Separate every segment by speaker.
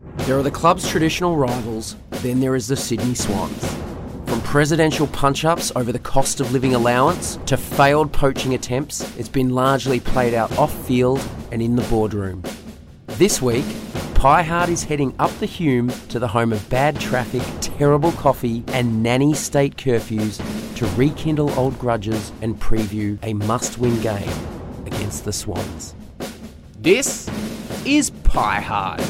Speaker 1: There are the club's traditional rivals, then there is the Sydney Swans. From presidential punch ups over the cost of living allowance to failed poaching attempts, it's been largely played out off field and in the boardroom. This week, Piehard is heading up the Hume to the home of bad traffic, terrible coffee, and nanny state curfews to rekindle old grudges and preview a must win game against the Swans. This is Piehard.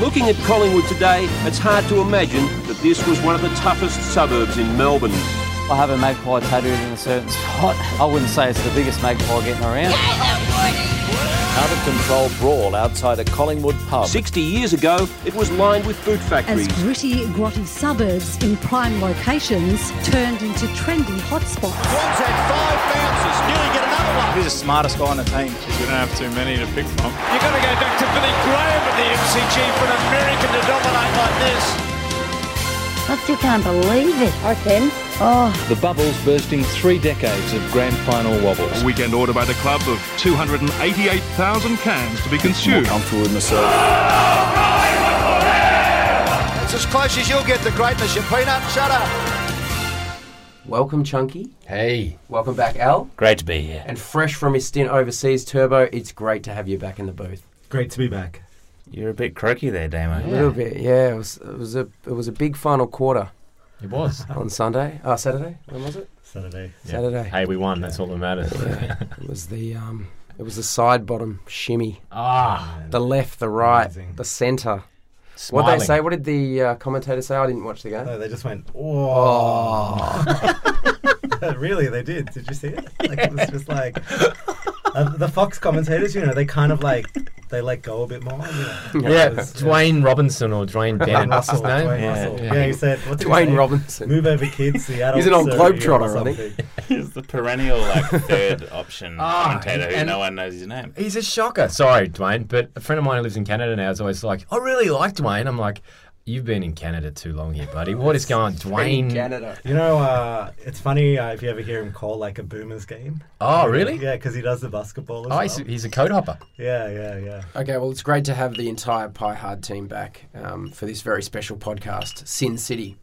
Speaker 2: Looking at Collingwood today, it's hard to imagine that this was one of the toughest suburbs in Melbourne.
Speaker 3: I have a magpie tattooed in a certain spot. I wouldn't say it's the biggest magpie getting around.
Speaker 4: Out of control brawl outside a Collingwood pub.
Speaker 2: 60 years ago, it was lined with boot
Speaker 5: as
Speaker 2: factories.
Speaker 5: gritty, grotty suburbs in prime locations turned into trendy hotspots.
Speaker 6: One's had five bounces, nearly get another one.
Speaker 7: He's the smartest guy on the team.
Speaker 8: We don't have too many to pick from.
Speaker 6: You've got to go back to Billy Graham at the MCG for an American to dominate like this.
Speaker 9: I still can't believe it. I can. Oh,
Speaker 10: The bubbles bursting three decades of grand final wobbles.
Speaker 8: A weekend order by the club of 288,000 cans to be
Speaker 7: More
Speaker 8: consumed.
Speaker 7: comfortable with myself.
Speaker 6: It's as close as you'll get to greatness, you peanut. Shut up.
Speaker 1: Welcome, Chunky.
Speaker 4: Hey,
Speaker 1: Welcome back, Al.
Speaker 4: great to be here.
Speaker 1: And fresh from his stint overseas, Turbo, it's great to have you back in the booth.
Speaker 11: Great to be back.
Speaker 12: You're a bit croaky there, Damo.
Speaker 1: A little bit, yeah. It was, it was a it was a big final quarter
Speaker 11: It was
Speaker 1: on Sunday. Ah, Saturday. When was it?
Speaker 11: Saturday.
Speaker 1: Saturday.
Speaker 12: Hey, we won. That's all that matters.
Speaker 1: It was the um, it was the side bottom shimmy.
Speaker 12: ah,
Speaker 1: The left, the right,
Speaker 11: Amazing.
Speaker 1: the centre. What
Speaker 12: smiling.
Speaker 1: did they say? What did the uh, commentator say? I didn't watch the game.
Speaker 11: No, uh, they just went. Oh, really? They did. Did you see it? Like it was just like uh, the Fox commentators. You know, they kind of like they let go a bit more. You know.
Speaker 12: Yeah,
Speaker 11: It was-
Speaker 12: Dwayne Robinson or Dwayne
Speaker 11: Dwayne
Speaker 12: Bennett. What's
Speaker 11: Russell.
Speaker 12: his name?
Speaker 11: Dwayne
Speaker 12: yeah,
Speaker 11: Russell.
Speaker 12: yeah.
Speaker 11: Yeah, he said. What did he
Speaker 1: Dwayne
Speaker 11: say?
Speaker 1: Robinson.
Speaker 11: Move over, kids. Seattle.
Speaker 1: He's an old
Speaker 11: Surrey or
Speaker 1: globetrotter, I think.
Speaker 11: something.
Speaker 8: He's the perennial like third option commentator who
Speaker 12: Ah, and-
Speaker 8: no one knows his name.
Speaker 12: He's a shocker. Sorry, Dwayne, but a friend of mine who lives in Canada now is always like, I really like Dwayne. I'm like, you've been in Canada too long here, buddy. What is going on? Dwayne.
Speaker 1: Canada.
Speaker 11: You know, uh, it's funny uh, if you ever hear him call like a Boomers game.
Speaker 12: Oh, really?
Speaker 11: Yeah, because he does the basketball as
Speaker 12: Oh,
Speaker 11: well.
Speaker 12: he's, he's a code hopper.
Speaker 11: Yeah, yeah, yeah.
Speaker 1: Okay, well, it's great to have the entire Pie Hard team back um, for this very special podcast, Sin City.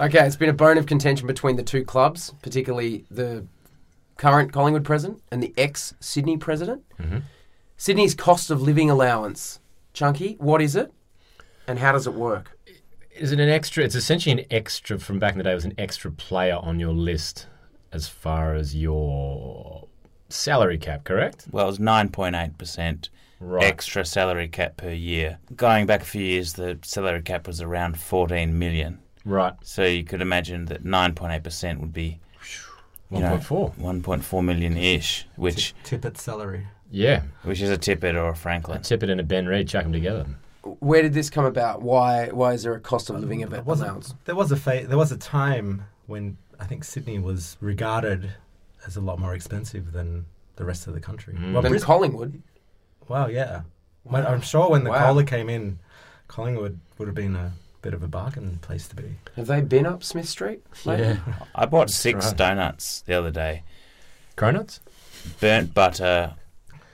Speaker 1: Okay, it's been a bone of contention between the two clubs, particularly the current Collingwood president and the ex Sydney president. Sydney's cost of living allowance. Chunky, what is it? And how does it work?
Speaker 12: Is it an extra? It's essentially an extra from back in the day. It was an extra player on your list as far as your salary cap, correct?
Speaker 8: Well, it's nine point eight percent
Speaker 12: Right.
Speaker 8: extra salary cap per year. Going back a few years, the salary cap was around fourteen million.
Speaker 12: Right.
Speaker 8: So you could imagine that nine point eight percent would be you know,
Speaker 12: 1.4.
Speaker 8: 1.4 million ish, which
Speaker 11: Tippett celery.
Speaker 12: Yeah.
Speaker 8: which is a Tippett or a Franklin.
Speaker 12: Tippett and a Ben Reed, chuck them together.
Speaker 1: Where did this come about? Why Why is there a cost of living av-
Speaker 11: There was a,
Speaker 1: allowance?
Speaker 11: there was a fa- there was a time when I think Sydney was regarded as a lot more expensive than the rest of the country.
Speaker 12: Mm.
Speaker 11: Well,
Speaker 1: Than
Speaker 11: Bris-
Speaker 1: Collingwood.
Speaker 11: wow, yeah. When- I'm sure when the
Speaker 1: Wow.
Speaker 11: cola came in, Collingwood would have been a bit of a bargain place to be.
Speaker 1: Have they been up Smith Street? lately?
Speaker 8: I bought six
Speaker 12: right.
Speaker 8: donuts the other day.
Speaker 12: Cronuts?
Speaker 8: burnt butter,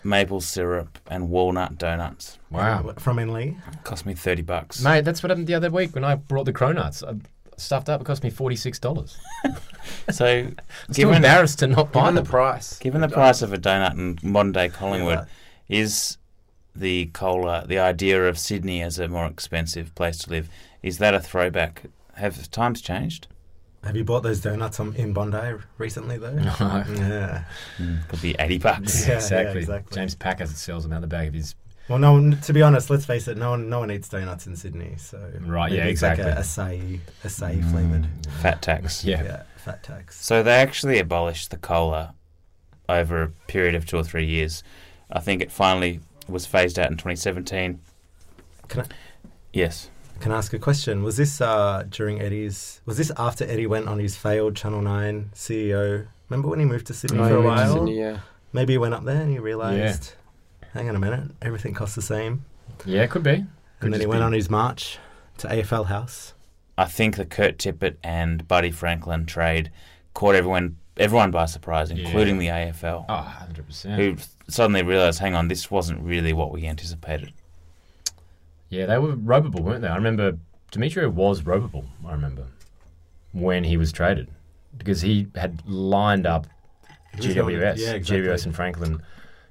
Speaker 8: maple syrup, and walnut donuts.
Speaker 12: Wow.
Speaker 11: From Inlee.
Speaker 8: Cost me thirty bucks.
Speaker 12: Mate, that's what happened the other week when I brought the cronuts. I stuffed up. It cost me forty six dollars.
Speaker 8: So,
Speaker 12: I'm still
Speaker 8: given
Speaker 12: embarrassed to not buy
Speaker 1: Given the
Speaker 12: them.
Speaker 1: price.
Speaker 8: given
Speaker 11: um,
Speaker 8: the price of a donut in modern day Collingwood,
Speaker 11: Right.
Speaker 8: is the cola the idea of Sydney as a more expensive place to live? Is that a throwback? Have times changed?
Speaker 11: Have you bought those donuts on, in Bondi recently though?
Speaker 12: No.
Speaker 11: Yeah.
Speaker 8: Could be eighty bucks.
Speaker 11: Yeah, yeah,
Speaker 12: exactly.
Speaker 11: exactly.
Speaker 12: James Packer sells them out the back of his.
Speaker 11: Well, no. one- To be honest, let's face it. No one, no one eats donuts in Sydney. So
Speaker 12: Right, yeah, Mm.
Speaker 11: maybe it's Like a acai, acai flavored.
Speaker 8: Fat tax.
Speaker 12: Yeah.
Speaker 11: Yeah, fat tax.
Speaker 8: So they actually abolished the cola over a period of two or three years. I think it finally was phased out in 2017.
Speaker 11: Can I,
Speaker 8: Yes.
Speaker 11: Can I ask a question? Was this uh, during Eddie's? Was this after Eddie went on his failed Channel Nine CEO? Remember when he moved to Sydney
Speaker 1: Oh,
Speaker 11: for a
Speaker 1: yeah,
Speaker 11: while?
Speaker 1: Sydney, yeah.
Speaker 11: Maybe he went up there and he realised, hang on a minute, everything costs the same.
Speaker 12: Yeah, it could be. Could
Speaker 11: and then he
Speaker 12: just
Speaker 11: went
Speaker 12: be.
Speaker 11: on his march to AFL House.
Speaker 8: I think the Kurt Tippett and Buddy Franklin trade caught everyone everyone by surprise, including the AFL.
Speaker 12: Oh, 100%.
Speaker 8: Who suddenly realised, hang on, this wasn't really what we anticipated.
Speaker 12: Yeah, they were ropeable, weren't they? I remember Demetrio was ropeable, I remember, when he was traded because he had lined up
Speaker 13: He was going-
Speaker 12: GWS,
Speaker 13: yeah, exactly.
Speaker 12: GWS and Franklin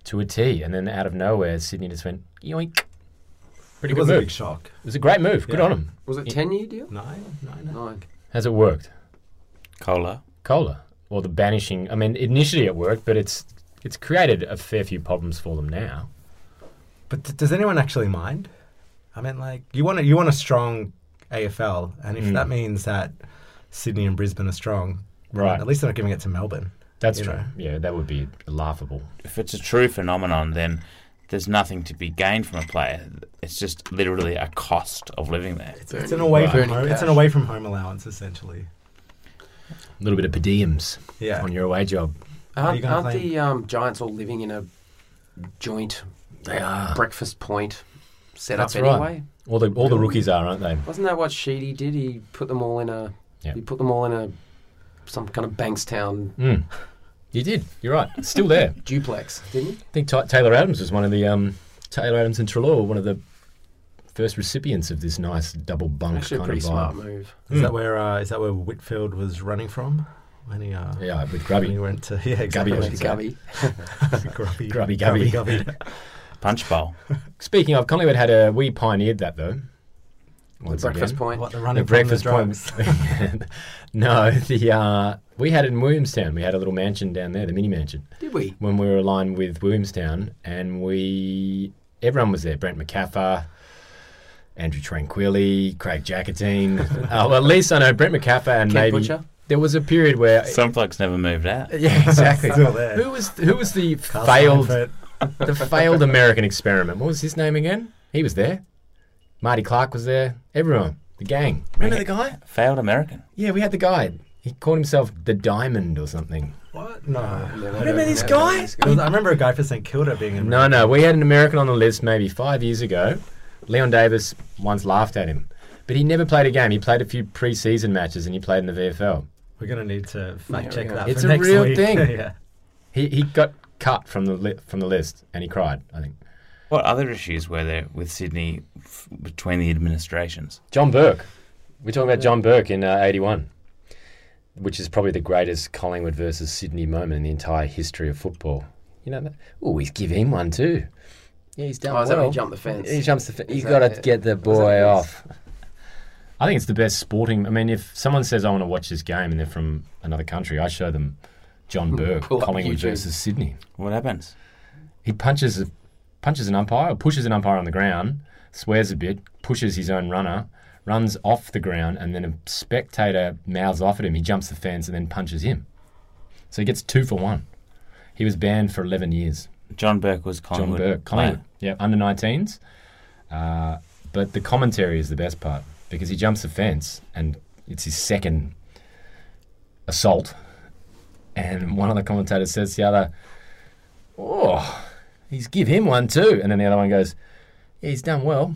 Speaker 12: to a T. And then out of nowhere, Sydney just went, yoink. Pretty
Speaker 13: It
Speaker 12: good
Speaker 13: was a
Speaker 12: move.
Speaker 13: big shock.
Speaker 12: It was a great move. Good
Speaker 13: Yeah.
Speaker 12: on him.
Speaker 1: Was it
Speaker 12: Yeah.
Speaker 1: 10 year deal?
Speaker 13: Nine, nine,
Speaker 1: nine.
Speaker 12: Has it worked?
Speaker 8: Cola.
Speaker 12: Cola. Or the banishing. I mean, initially it worked, but it's it's created a fair few problems for them now.
Speaker 13: But d- does anyone actually mind? I mean, like you want a, you want a strong AFL, and if
Speaker 12: Mm.
Speaker 13: that means that Sydney and Brisbane are strong,
Speaker 12: Right.
Speaker 13: At least they're not giving it to Melbourne.
Speaker 12: That's
Speaker 13: you
Speaker 12: true.
Speaker 13: know?
Speaker 12: Yeah, that would be laughable.
Speaker 8: If it's a true phenomenon, then there's nothing to be gained from a player. It's just literally a cost of living there.
Speaker 13: It's an away from home, it's an away from home allowance essentially.
Speaker 12: A little bit of per diems
Speaker 13: Yeah.
Speaker 12: on your away job.
Speaker 13: Are you
Speaker 1: Aren't,
Speaker 13: gonna
Speaker 1: aren't
Speaker 13: play-
Speaker 1: the um, Giants all living in a joint
Speaker 12: They
Speaker 13: Ah.
Speaker 12: are.
Speaker 1: breakfast point set
Speaker 12: That's
Speaker 1: up
Speaker 12: right.
Speaker 1: anyway?
Speaker 12: All the all the rookies are, aren't they?
Speaker 1: Wasn't that what Sheedy did? He put them all in a.
Speaker 12: Yeah.
Speaker 1: He put them all in a some kind of Bankstown
Speaker 12: Mm. You did. You're right. It's still there.
Speaker 1: duplex, didn't he?
Speaker 12: I think Ta Taylor Adams was one of the um, Taylor Adams and Trelaw were one of the first recipients of this nice double bunk
Speaker 1: Actually, a
Speaker 12: kind
Speaker 1: pretty
Speaker 12: of vibe.
Speaker 1: smart move.
Speaker 13: Is
Speaker 12: Mm.
Speaker 13: that where uh, is that where Whitfield was running from when he uh,
Speaker 12: Yeah, with
Speaker 13: when
Speaker 12: Grubby.
Speaker 13: he went to yeah exactly
Speaker 12: Gubby, I should say.
Speaker 1: Gubby.
Speaker 13: grubby
Speaker 12: Grubby Gubby.
Speaker 13: Gubby.
Speaker 8: Punch bowl.
Speaker 12: Speaking of, Collingwood had a we pioneered that though. Once
Speaker 1: breakfast
Speaker 12: again.
Speaker 1: point.
Speaker 13: What the running
Speaker 12: the breakfast
Speaker 13: from the drugs.
Speaker 12: point. no, the uh, we had it in Williamstown. We had a little mansion down there, the mini mansion.
Speaker 1: Did we?
Speaker 12: when we were aligned with Williamstown, and we everyone was there. Brent McCaffer, Andrew Tranquilli, Craig Jackatine. uh, well, at least I know Brent McCaffer and
Speaker 1: Ken
Speaker 12: maybe
Speaker 1: Butcher?
Speaker 12: there was a period where
Speaker 8: Some blokes never moved out.
Speaker 12: yeah, exactly.
Speaker 13: Still there.
Speaker 12: Who was who was the
Speaker 13: Carl
Speaker 12: failed
Speaker 13: Seinfeld.
Speaker 12: the failed American experiment? What was his name again? He was there. Marty Clark was there. Everyone, the gang. Remember the guy?
Speaker 8: Failed American.
Speaker 12: Yeah, we had the guy. He called himself the Diamond or something.
Speaker 13: What? No.
Speaker 12: Remember this guy?
Speaker 13: There was- I remember a guy for St Kilda being in.
Speaker 12: No, no, we had an American on the list maybe five years ago. Leon Davis once laughed at him, but he never played a game. He played a few preseason matches and he played in the VFL.
Speaker 13: We're gonna need to fact
Speaker 1: Yeah,
Speaker 13: check
Speaker 1: yeah.
Speaker 13: that.
Speaker 12: It's
Speaker 13: for
Speaker 12: a
Speaker 13: next
Speaker 12: real
Speaker 13: week.
Speaker 12: thing.
Speaker 13: yeah.
Speaker 12: He he got cut from the li- from the list and he cried. I think
Speaker 8: What other issues were there with Sydney f- between the administrations?
Speaker 12: John Burke. We're talking about John Burke in uh, '81, which is probably the greatest Collingwood versus Sydney moment in the entire history of football. You know that? Oh, he's give him one too. Yeah, he's done
Speaker 1: Oh, is that
Speaker 12: well.
Speaker 1: when he jumped the fence?
Speaker 12: He jumps the fence.
Speaker 1: Is
Speaker 12: You
Speaker 1: that
Speaker 12: got to
Speaker 1: it?
Speaker 12: get the
Speaker 1: Was that
Speaker 12: boy
Speaker 1: it?
Speaker 12: off. I think it's the best sporting. I mean, if someone says I want to watch this game and they're from another country, I show them John Burke,
Speaker 1: Pull up
Speaker 12: Collingwood
Speaker 1: YouTube.
Speaker 12: versus Sydney.
Speaker 8: What happens?
Speaker 12: He punches a, punches an umpire, or pushes an umpire on the ground, swears a bit, pushes his own runner, runs off the ground, and then a spectator mouths off at him. He jumps the fence and then punches him. So he gets two for one. He was banned for eleven years.
Speaker 8: John Burke was
Speaker 12: John
Speaker 8: Collingwood.
Speaker 12: Burke, Collingwood. Yeah, under 19s. Uh, but the commentary is the best part because he jumps the fence and it's his second assault. And one of the commentators says to the other, Oh, he's give him one too. And then the other one goes, yeah, he's done well.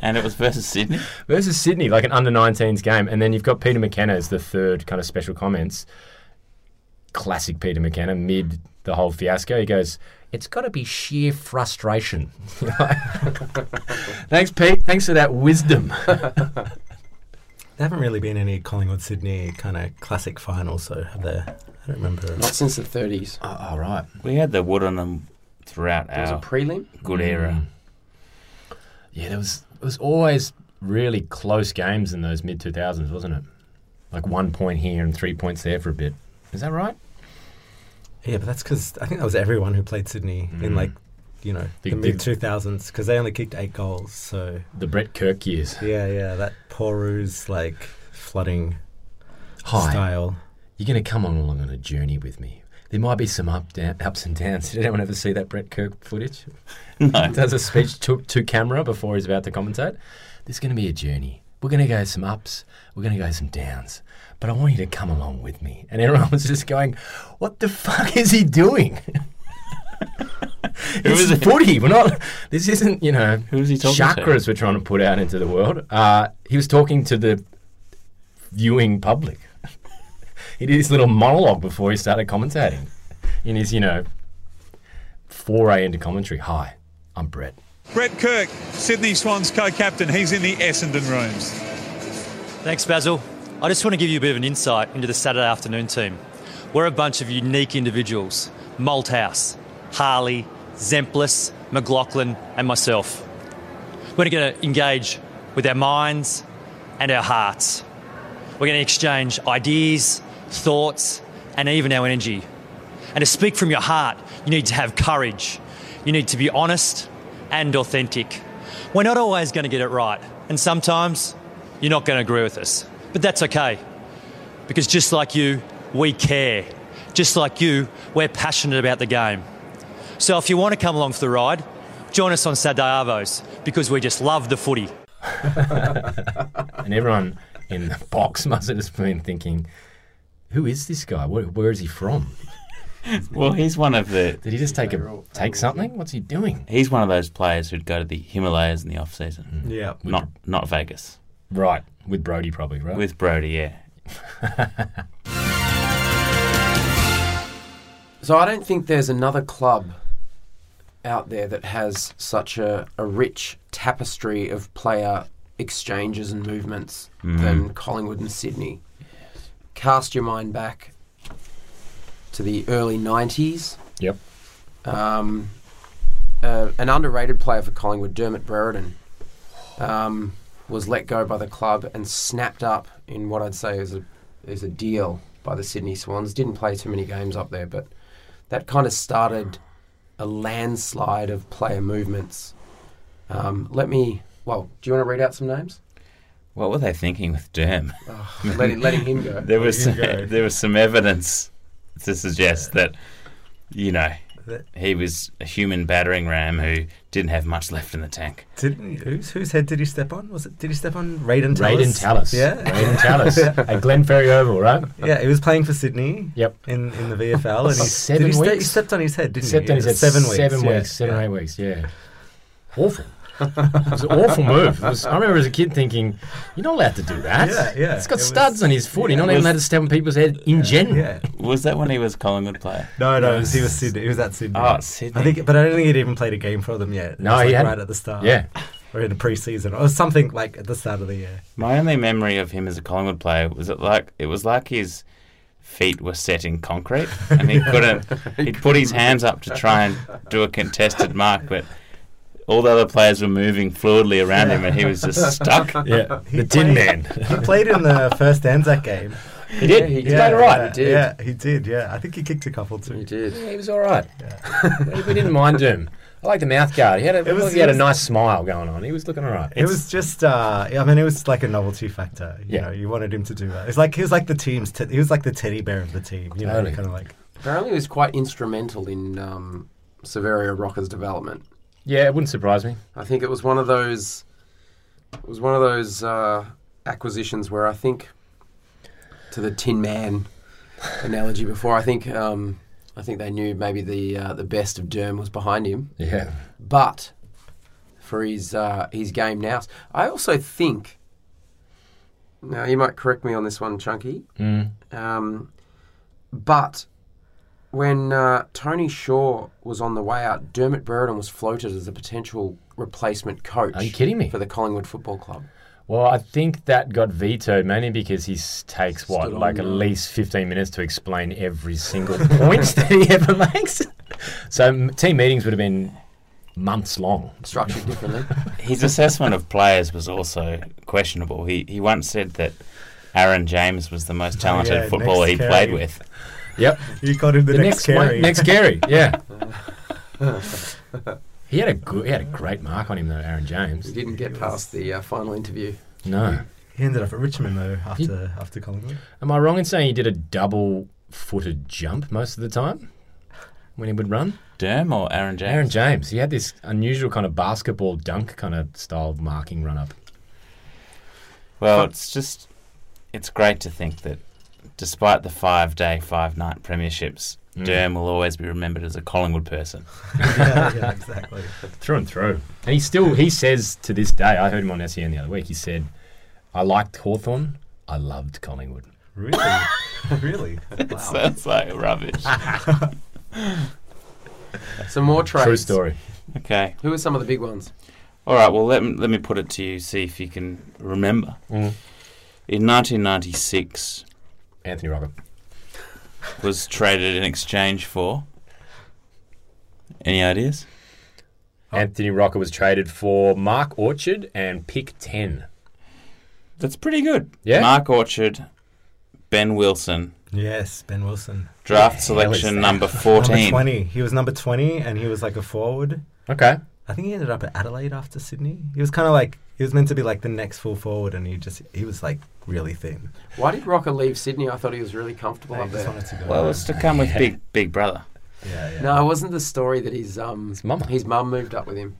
Speaker 8: And it was versus Sydney.
Speaker 12: Versus Sydney, like an under 19s game. And then you've got Peter McKenna as the third kind of special comments. Classic Peter McKenna, mid the whole fiasco. He goes, It's got to be sheer frustration. Thanks, Pete. Thanks for that wisdom.
Speaker 13: There haven't really been any Collingwood Sydney kind of classic finals, so have there? I don't remember.
Speaker 1: Not since the 30s.
Speaker 12: All right. oh, right.
Speaker 8: We had the wood on them throughout
Speaker 1: There was a
Speaker 8: our
Speaker 1: prelim.
Speaker 8: good era.
Speaker 12: Yeah, there was, it was always really close games in those mid 2000s, wasn't it? Like one point here and three points there for a bit. Is that right?
Speaker 13: Yeah, but that's because I think that was everyone who played Sydney in
Speaker 12: Mm.
Speaker 13: like, you know,
Speaker 12: The-
Speaker 13: the,
Speaker 12: the-
Speaker 13: mid two thousands because they only kicked eight goals. So
Speaker 12: The Brett Kirk years.
Speaker 13: yeah, yeah, that Poru's like flooding
Speaker 12: Hi.
Speaker 13: style.
Speaker 12: You're going to come on along on a journey with me. There might be some up, down, ups and downs. Did anyone ever see that Brett Kirk footage?
Speaker 8: No.
Speaker 12: Does a speech to, to camera before he's about to commentate. There's going to be a journey. We're going to go some ups. We're going to go some downs. But I want you to come along with me. And everyone was just going, "What the fuck is he doing?" it
Speaker 8: was
Speaker 12: was
Speaker 8: it?
Speaker 12: footy. We're not. This isn't you know
Speaker 8: Who was he talking to?
Speaker 12: chakras we're trying to put out into the world. Uh, he was talking to the viewing public. he did his little monologue before he started commentating in his, you know, foray into commentary. Hi, I'm Brett.
Speaker 14: Brett Kirk, Sydney Swans co captain, he's in the Essendon rooms.
Speaker 15: Thanks, Basil. I just want to give you a bit of an insight into the Saturday afternoon team. We're a bunch of unique individuals Malthouse, Harley, Zemplis, McLaughlin, and myself. We're going to engage with our minds and our hearts. We're going to exchange ideas, thoughts, and even our energy. And to speak from your heart, you need to have courage. You need to be honest and authentic. We're not always going to get it right, and sometimes you're not going to agree with us. But that's okay, because just like you, we care. Just like you, we're passionate about the game. So if you want to come along for the ride, join us on Saturday Arvos, because we just love the footy.
Speaker 12: And everyone in the box must have just been thinking, who is this guy? Where, where is he from?
Speaker 8: Well, he's one of the.
Speaker 12: Did he just take a take something? What's he doing?
Speaker 8: He's one of those players who'd go to the Himalayas in the off
Speaker 1: Mm-hmm.
Speaker 8: season.
Speaker 12: Mm. Yeah.
Speaker 8: Not not Vegas.
Speaker 12: Right. With Brody probably, right?
Speaker 8: With Brody, yeah.
Speaker 1: So I don't think there's another club out there that has such a, a rich tapestry of player exchanges and movements
Speaker 8: Mm.
Speaker 1: than Collingwood and Sydney. Cast your mind back to the early 90s.
Speaker 12: Yep.
Speaker 1: Um, uh, an underrated player for Collingwood, Dermot Brereton, um, was let go by the club and snapped up in what I'd say is a is a deal by the Sydney Swans. Didn't play too many games up there, but that kind of started a landslide of player movements. Um, let me. Well, do you want to read out some names?
Speaker 8: What were they thinking with Derm?
Speaker 1: Oh, letting- letting him go.
Speaker 8: there was
Speaker 1: Letting him go.
Speaker 8: there was some evidence to suggest that you know
Speaker 11: That-
Speaker 8: he was a human battering ram who didn't have much left in the tank.
Speaker 11: Did, whose, whose head did he step on? Was it? Did he step on Raiden Tallis?
Speaker 12: Raiden Tallis.
Speaker 11: Yeah.
Speaker 12: Raiden Tallis at Glenferrie Oval, right?
Speaker 11: Yeah, he was playing for Sydney.
Speaker 12: Yep.
Speaker 11: In in the VFL, and he,
Speaker 12: Seven
Speaker 11: did he, Ste- he
Speaker 12: weeks?
Speaker 11: stepped on his head, didn't
Speaker 12: Except
Speaker 11: he?
Speaker 12: then he
Speaker 11: Yeah,
Speaker 12: said
Speaker 11: seven weeks.
Speaker 12: Seven
Speaker 11: yeah.
Speaker 12: weeks, seven, eight weeks, yeah. Awful. it was an awful move. It was, I remember as a kid thinking, you're not allowed to do that.
Speaker 11: Yeah, yeah.
Speaker 12: It's got
Speaker 11: It
Speaker 12: studs on his foot. you're not
Speaker 8: yeah.
Speaker 12: even allowed to step on people's head in general.
Speaker 8: Was that when he was Collingwood player?
Speaker 11: No, no, it was- he was Sydney. He was at Sydney.
Speaker 12: Ah,
Speaker 8: Oh, Sydney.
Speaker 11: I think, but I don't think he'd even played a game for them yet. It
Speaker 8: No,
Speaker 11: was,
Speaker 8: he
Speaker 11: like,
Speaker 8: hadn't.
Speaker 11: right at the start.
Speaker 8: Yeah.
Speaker 11: Or in the preseason, or something like at the start of the year.
Speaker 8: My only memory of him as a Collingwood player was it like it was like his feet were set in concrete and he
Speaker 11: Yeah.
Speaker 8: couldn't he'd put his hands up to try and do a contested mark but all the other players were moving fluidly around him and he was just stuck.
Speaker 12: Yeah.
Speaker 11: He played- He played in the first Anzac game.
Speaker 12: He did. He played all right.
Speaker 11: Yeah,
Speaker 12: He did.
Speaker 11: Yeah, he did. Yeah, I think he kicked a couple too. He
Speaker 1: did.
Speaker 12: He was all right. we, we didn't mind Doom. I like the mouth guard. He had a,
Speaker 11: It was-
Speaker 12: he had a
Speaker 11: it was-
Speaker 12: nice smile going on. He was looking all right.
Speaker 11: It was just, uh, I mean, it was like a novelty factor. You
Speaker 12: Yeah.
Speaker 11: know, you wanted him to do that. It's like he was like the team's, te- he was like the teddy bear of the team. You know,
Speaker 1: Totally.
Speaker 11: kind of like
Speaker 1: Apparently, he was quite instrumental in um, Severio Rocca's development.
Speaker 12: Yeah, it wouldn't surprise me.
Speaker 1: I think it was one of those. It was one of those uh, acquisitions where I think, to the Tin Man analogy before, I think um, I think they knew maybe the uh, the best of Derm was behind him.
Speaker 12: Yeah.
Speaker 1: But for his uh, his game now, I also think. Now you might correct me on this one, Chunky.
Speaker 12: Mm.
Speaker 1: Um, but when uh, Tony Shaw was on the way out, Dermot Brereton was floated as a potential replacement coach. Are you
Speaker 12: kidding me?
Speaker 1: For the Collingwood Football Club.
Speaker 12: Well, I think that got vetoed mainly because he s- takes what,
Speaker 1: Stood on
Speaker 12: like at
Speaker 1: the-
Speaker 12: least 15 minutes to explain every single point that he ever makes. So m- team meetings would have been months long.
Speaker 1: Structured differently.
Speaker 8: His assessment of players was also questionable. He he once said that Aaron James was the most talented
Speaker 11: yeah,
Speaker 8: footballer
Speaker 11: next
Speaker 8: he
Speaker 11: carry.
Speaker 8: played with.
Speaker 12: Yep.
Speaker 11: you called him the, next,
Speaker 12: one-
Speaker 11: Carey.
Speaker 12: next Gary, yeah. he had a good, he had a great mark on him though, Aaron James.
Speaker 1: He didn't get past the uh, final interview.
Speaker 12: No.
Speaker 11: He ended up at Richmond though after after Collingwood.
Speaker 12: Am I wrong in saying he did a double-footed jump most of the time when he would run?
Speaker 8: Derm or Aaron James?
Speaker 12: Aaron James. He had this unusual kind of basketball dunk kind of style marking run up.
Speaker 8: Well, it's just it's great to think that despite the five day, five night premierships,
Speaker 12: Mm.
Speaker 8: Durham will always be remembered as a Collingwood person.
Speaker 11: yeah, yeah, exactly.
Speaker 12: through and through. And he still he says to E this day, I heard him on SEN the other week, he said, I liked Hawthorn, I loved Collingwood.
Speaker 11: Really? really?
Speaker 8: It sounds like rubbish.
Speaker 1: Some more trades.
Speaker 8: Okay.
Speaker 1: Who are some of the big ones?
Speaker 8: All right. Well, let me, let me put it to you. See if you can remember.
Speaker 1: Mm.
Speaker 8: In 1996,
Speaker 12: Anthony Robert
Speaker 8: was traded in exchange for. Any ideas?
Speaker 12: Anthony Rocker was traded for Mark Orchard and pick 10.
Speaker 8: That's pretty good.
Speaker 12: Yeah.
Speaker 8: Mark Orchard, Ben Wilson,
Speaker 11: Yes, Ben Wilson.
Speaker 8: Draft selection number 14.
Speaker 11: Number 20. He was number 20 and he was like a forward.
Speaker 12: Okay.
Speaker 11: I think he ended up at Adelaide after Sydney. He was kind of like, he was meant to be like the next full forward and he just, he was like really thin.
Speaker 1: Why did Rocker leave Sydney? I thought he was really comfortable
Speaker 11: They
Speaker 1: up
Speaker 11: just
Speaker 1: there.
Speaker 11: wanted to go
Speaker 8: Well,
Speaker 11: home.
Speaker 8: it's to come with Big Big Brother.
Speaker 1: No, it wasn't the story that his um his mum moved up with him.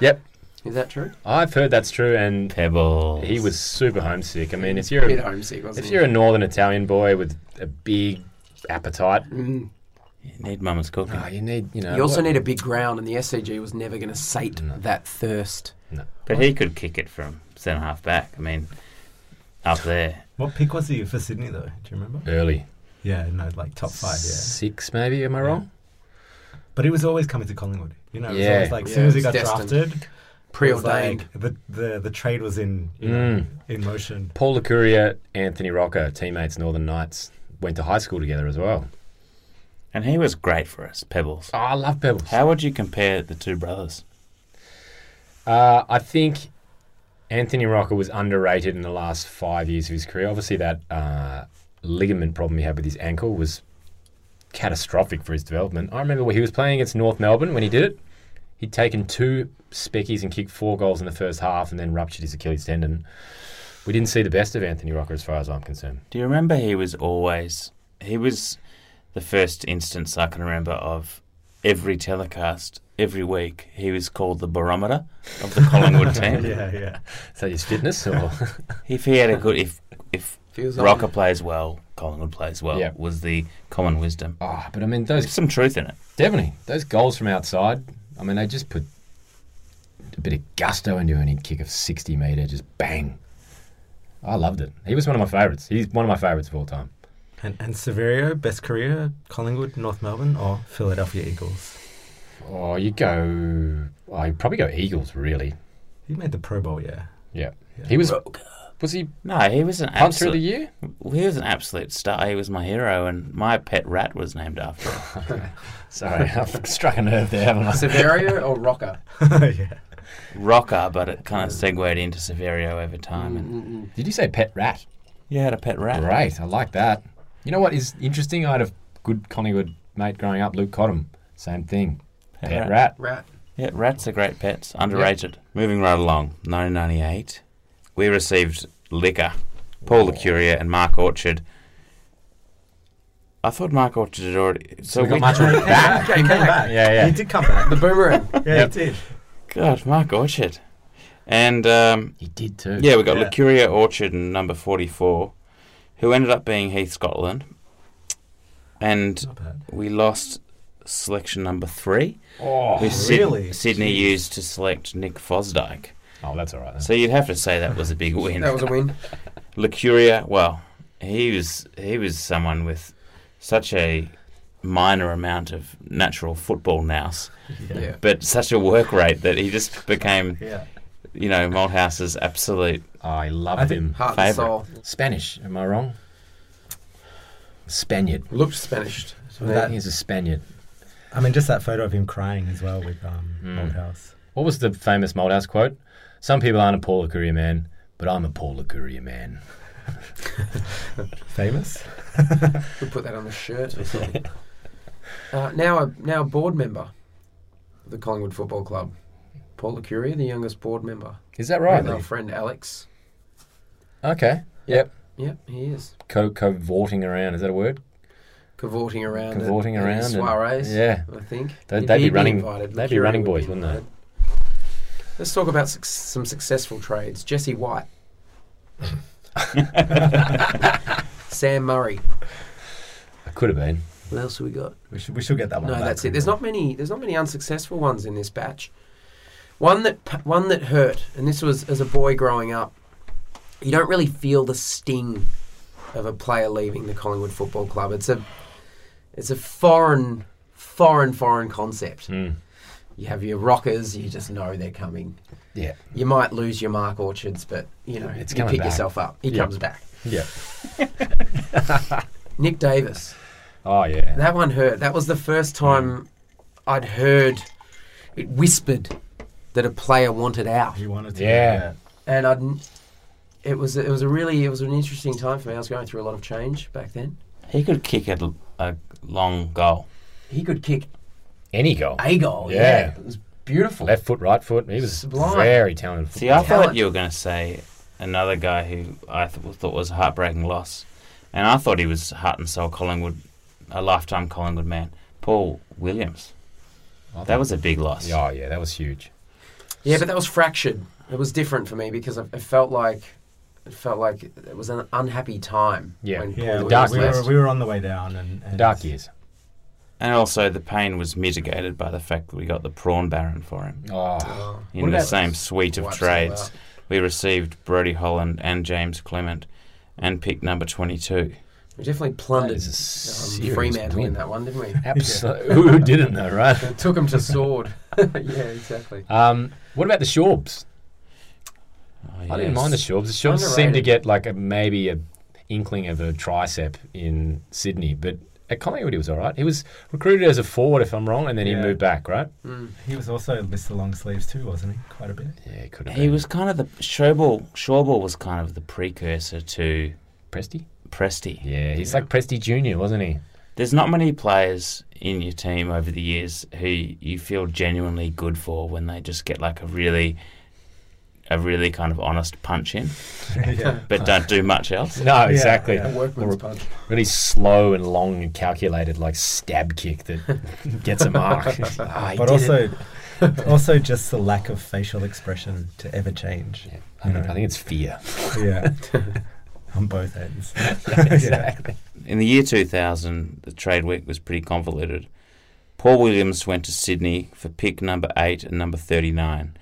Speaker 12: Yep.
Speaker 1: Is that true?
Speaker 12: I've heard that's true, and
Speaker 8: Pebbles.
Speaker 12: He was super homesick. I mean, if you're
Speaker 1: Bit homesick, wasn't
Speaker 12: if
Speaker 1: he?
Speaker 12: you're a northern Italian boy with a big appetite,
Speaker 1: Mm.
Speaker 8: You need mama's cooking.
Speaker 12: Oh, you need you know.
Speaker 1: you also
Speaker 12: what-
Speaker 1: need a big ground, and the SCG was never going to sate that thirst.
Speaker 12: No.
Speaker 8: But he could kick it from centre half back. I mean, up there.
Speaker 11: What pick was he for Sydney though? Do you remember?
Speaker 12: early
Speaker 11: Yeah, no, like top five, yeah.
Speaker 12: six maybe. Am I wrong?
Speaker 11: But he was always coming to Collingwood. You know, it was
Speaker 12: Yeah.
Speaker 11: always like as
Speaker 12: Yeah,
Speaker 11: soon as he
Speaker 12: it's
Speaker 11: got
Speaker 12: destined.
Speaker 11: drafted,
Speaker 1: Preordained.
Speaker 11: it was like the, the, the trade was in, you know,
Speaker 12: Mm.
Speaker 11: in motion.
Speaker 12: Paul Le Courier, Anthony Rocker, teammates, Northern Knights, went to high school together as well.
Speaker 8: And he was great for us, Pebbles.
Speaker 12: Oh, I love Pebbles.
Speaker 8: How would you compare the two brothers?
Speaker 12: Uh, I think Anthony Rocker was underrated in the last five years of his career. Obviously, that uh, ligament problem he had with his ankle was catastrophic for his development. I remember when he was playing against North Melbourne when he did it. He'd taken two speckies and kicked four goals in the first half and then ruptured his Achilles tendon. We didn't see the best of Anthony Rocker as far as I'm concerned.
Speaker 8: Do you remember he was always he was the first instance I can remember of every telecast every week he was called the barometer of the Collingwood team.
Speaker 11: Yeah, yeah.
Speaker 12: Is that his fitness or
Speaker 8: If he had a good if if
Speaker 1: Feels
Speaker 8: Rocker plays well, Collingwood plays well
Speaker 12: Yeah.
Speaker 8: was the common wisdom.
Speaker 12: Ah, but I mean those
Speaker 8: There's some truth in it.
Speaker 12: Definitely. Those goals from outside, I mean, they just put a bit of gusto into any kick of 60 metre, just bang. I loved it. He was one of my favourites. He's one of my favourites of all time.
Speaker 11: And, and Severio, best career, Collingwood, North Melbourne, or Philadelphia Eagles?
Speaker 12: Oh, you go. I probably go Eagles, really.
Speaker 11: He made the Pro Bowl, yeah.
Speaker 12: Yeah. He was. Was he.
Speaker 8: No, he was an
Speaker 12: Punter of
Speaker 8: absolute
Speaker 12: the year?
Speaker 8: He was an absolute star. He was my hero, and my pet rat was named after him.
Speaker 12: Sorry, I've struck a nerve there, haven't I?
Speaker 1: Severio or Rocker?
Speaker 11: yeah.
Speaker 8: Rocker, but it kind of segued into Severio over time.
Speaker 1: And
Speaker 12: Did you say pet rat?
Speaker 8: yeah, I had a pet Mm-hmm. rat.
Speaker 12: Great. I like that. You know what is interesting? I had a good Collingwood mate growing up, Luke Cottam. Same thing. Pet,
Speaker 8: rat.
Speaker 12: rat.
Speaker 1: Rat.
Speaker 8: Yeah, rats are great pets. Underrated. Moving right along, 1998, we received Liquor, Paul the Courier, and Mark Orchard. I thought Mark Orchard had already. So
Speaker 12: we got Mark Orchard back.
Speaker 11: He came back.
Speaker 12: Yeah, yeah.
Speaker 11: He did come back.
Speaker 1: The boomerang.
Speaker 11: Yeah,
Speaker 8: Yep.
Speaker 11: he did.
Speaker 8: God, Mark Orchard. And um,
Speaker 12: He did too.
Speaker 8: yeah, we got
Speaker 11: Yeah.
Speaker 8: Lucuria Orchard and number 44, who ended up being Heath Scotland. And
Speaker 11: Not bad.
Speaker 8: we lost selection number three,
Speaker 12: Oh,
Speaker 8: who Syd-
Speaker 11: really?
Speaker 8: Sydney
Speaker 11: Jeez.
Speaker 8: used to select Nick Fosdyke.
Speaker 12: oh that's all right. Then.
Speaker 8: So you'd have to say that was a big win.
Speaker 1: That was a win.
Speaker 8: Lucuria, well, he was he was someone with such a minor amount of natural football nous,
Speaker 1: Yeah.
Speaker 8: but such a work rate that he just became,
Speaker 11: Yeah.
Speaker 8: you know, Malthouse's absolute
Speaker 12: Oh, I love
Speaker 11: I think-
Speaker 12: him.
Speaker 1: Heart
Speaker 8: Favourite.
Speaker 1: and soul.
Speaker 12: Spanish, am I wrong? Spaniard.
Speaker 1: Looked Spanish.
Speaker 11: So that,
Speaker 12: He's a Spaniard.
Speaker 11: I mean, just that photo of him crying as well with um, House.
Speaker 12: What was the famous Moldhouse quote? Some people aren't a Paul Le Courier man, but I'm a Paul Le Courier man.
Speaker 11: Famous?
Speaker 1: We put that on the shirt or something. uh, now, a, now a board member of the Collingwood Football Club. Paul Le Courier, the youngest board member.
Speaker 12: Is that right?
Speaker 1: With Our friend Alex.
Speaker 12: Okay. Yep.
Speaker 1: Yep, he is.
Speaker 12: Co Covorting around, is that a word?
Speaker 1: Cavorting around. at-
Speaker 12: Cavorting
Speaker 1: at
Speaker 12: around and-
Speaker 1: Soirees,
Speaker 12: yeah.
Speaker 1: I think.
Speaker 12: They'd-
Speaker 1: He'd-
Speaker 12: they'd be
Speaker 1: he'd
Speaker 12: running-
Speaker 1: invited.
Speaker 12: they'd be
Speaker 1: Lucuria
Speaker 12: running
Speaker 1: would
Speaker 12: boys,
Speaker 1: be
Speaker 12: wouldn't
Speaker 1: invited. Let's talk about suc some successful trades. Jesse White. Sam Murray.
Speaker 12: It could have been.
Speaker 1: What else have we got?
Speaker 11: We should, we should get that one
Speaker 1: No,
Speaker 11: back.
Speaker 1: that's it. There's not many. There's not many unsuccessful ones in this batch. One that p- one that hurt, and this was as a boy growing up. You don't really feel the sting of a player leaving the Collingwood Football Club. It's a it's a foreign, foreign, foreign concept.
Speaker 12: Hmm.
Speaker 1: You have your rockers, you just know they're coming.
Speaker 12: Yeah.
Speaker 1: You might lose your Mark Orchards, but you know
Speaker 12: It's
Speaker 1: you
Speaker 12: coming
Speaker 1: pick
Speaker 12: back.
Speaker 1: yourself up. He
Speaker 12: Yeah.
Speaker 1: comes back.
Speaker 12: Yeah.
Speaker 1: Nick Davis.
Speaker 12: Oh yeah.
Speaker 1: That one hurt. That was the first
Speaker 12: Hmm.
Speaker 1: time I'd heard it whispered that a player wanted out. He
Speaker 11: wanted
Speaker 12: to, Yeah. yeah.
Speaker 1: And I'd. n- It was it was a really it was an interesting time for me. I was going through a lot of change back then.
Speaker 8: He could kick a, l- a long goal.
Speaker 1: He could kick
Speaker 12: any goal.
Speaker 1: A goal, yeah. It was beautiful.
Speaker 12: Left foot, right foot. He was
Speaker 1: Sublime.
Speaker 12: very talented.
Speaker 8: See, I
Speaker 12: footballer.
Speaker 8: thought you were going to say another guy who I th- thought was a heartbreaking loss, and I thought he was heart and soul Collingwood, a lifetime Collingwood man, Paul Williams. that was a big loss.
Speaker 12: Yeah, oh, yeah, that was huge.
Speaker 1: Yeah, but that was fractured. It was different for me because I, it felt like it felt like it was an unhappy time. when Paul
Speaker 11: yeah, we,
Speaker 1: Williams
Speaker 11: we were,
Speaker 1: left.
Speaker 11: we were on the way down, and, and
Speaker 12: Dark years.
Speaker 8: And also, the pain was mitigated by the fact that we got the prawn baron for him.
Speaker 12: Oh.
Speaker 8: In
Speaker 12: What
Speaker 8: the
Speaker 12: about-
Speaker 8: same suite of
Speaker 12: Wipes it all
Speaker 8: trades,
Speaker 12: out.
Speaker 8: we received Brody Holland and James Clement and picked number 22.
Speaker 1: We definitely plundered
Speaker 12: That is a
Speaker 1: um,
Speaker 12: serious
Speaker 1: Fremantle
Speaker 12: win.
Speaker 1: in that one, didn't we?
Speaker 12: Absolute- who didn't though, right?
Speaker 1: It took him to sword. yeah, exactly.
Speaker 12: Um, what about the Shorbs? I didn't
Speaker 8: Oh, yes.
Speaker 12: mind the Shorbs. The Shorbs seemed to
Speaker 1: Underrated.
Speaker 12: get like a, maybe a inkling of a tricep in Sydney, but at Collingwood he was all right. He was recruited as a forward, if I'm wrong, and then
Speaker 11: Yeah.
Speaker 12: he moved back, right?
Speaker 11: he was also Mr. Long Sleeves too, wasn't he? Quite a bit.
Speaker 12: Yeah, he could
Speaker 8: He was kind of the. Shawball, Shawball was kind of the precursor to.
Speaker 12: Presty?
Speaker 8: Presty.
Speaker 12: Yeah, he's like Presty Junior, wasn't he?
Speaker 8: There's not many players in your team over the years who you feel genuinely good for when they just get like a really, a really kind of honest punch in,
Speaker 11: Yeah.
Speaker 8: but don't do much else.
Speaker 12: No, Oh, exactly.
Speaker 11: yeah. A workman's
Speaker 12: Or a
Speaker 11: punch.
Speaker 12: Really slow and long and calculated, like stab kick that gets a mark. Ah, he
Speaker 11: but
Speaker 12: did
Speaker 11: also,
Speaker 12: it.
Speaker 11: also just the lack of facial expression to ever change.
Speaker 12: I
Speaker 11: you
Speaker 12: think-
Speaker 11: know.
Speaker 12: I think it's fear.
Speaker 11: Yeah, on both ends.
Speaker 12: exactly.
Speaker 8: In the year 2000, the trade week was pretty convoluted. Paul Williams went to Sydney for pick number 8 and number 39.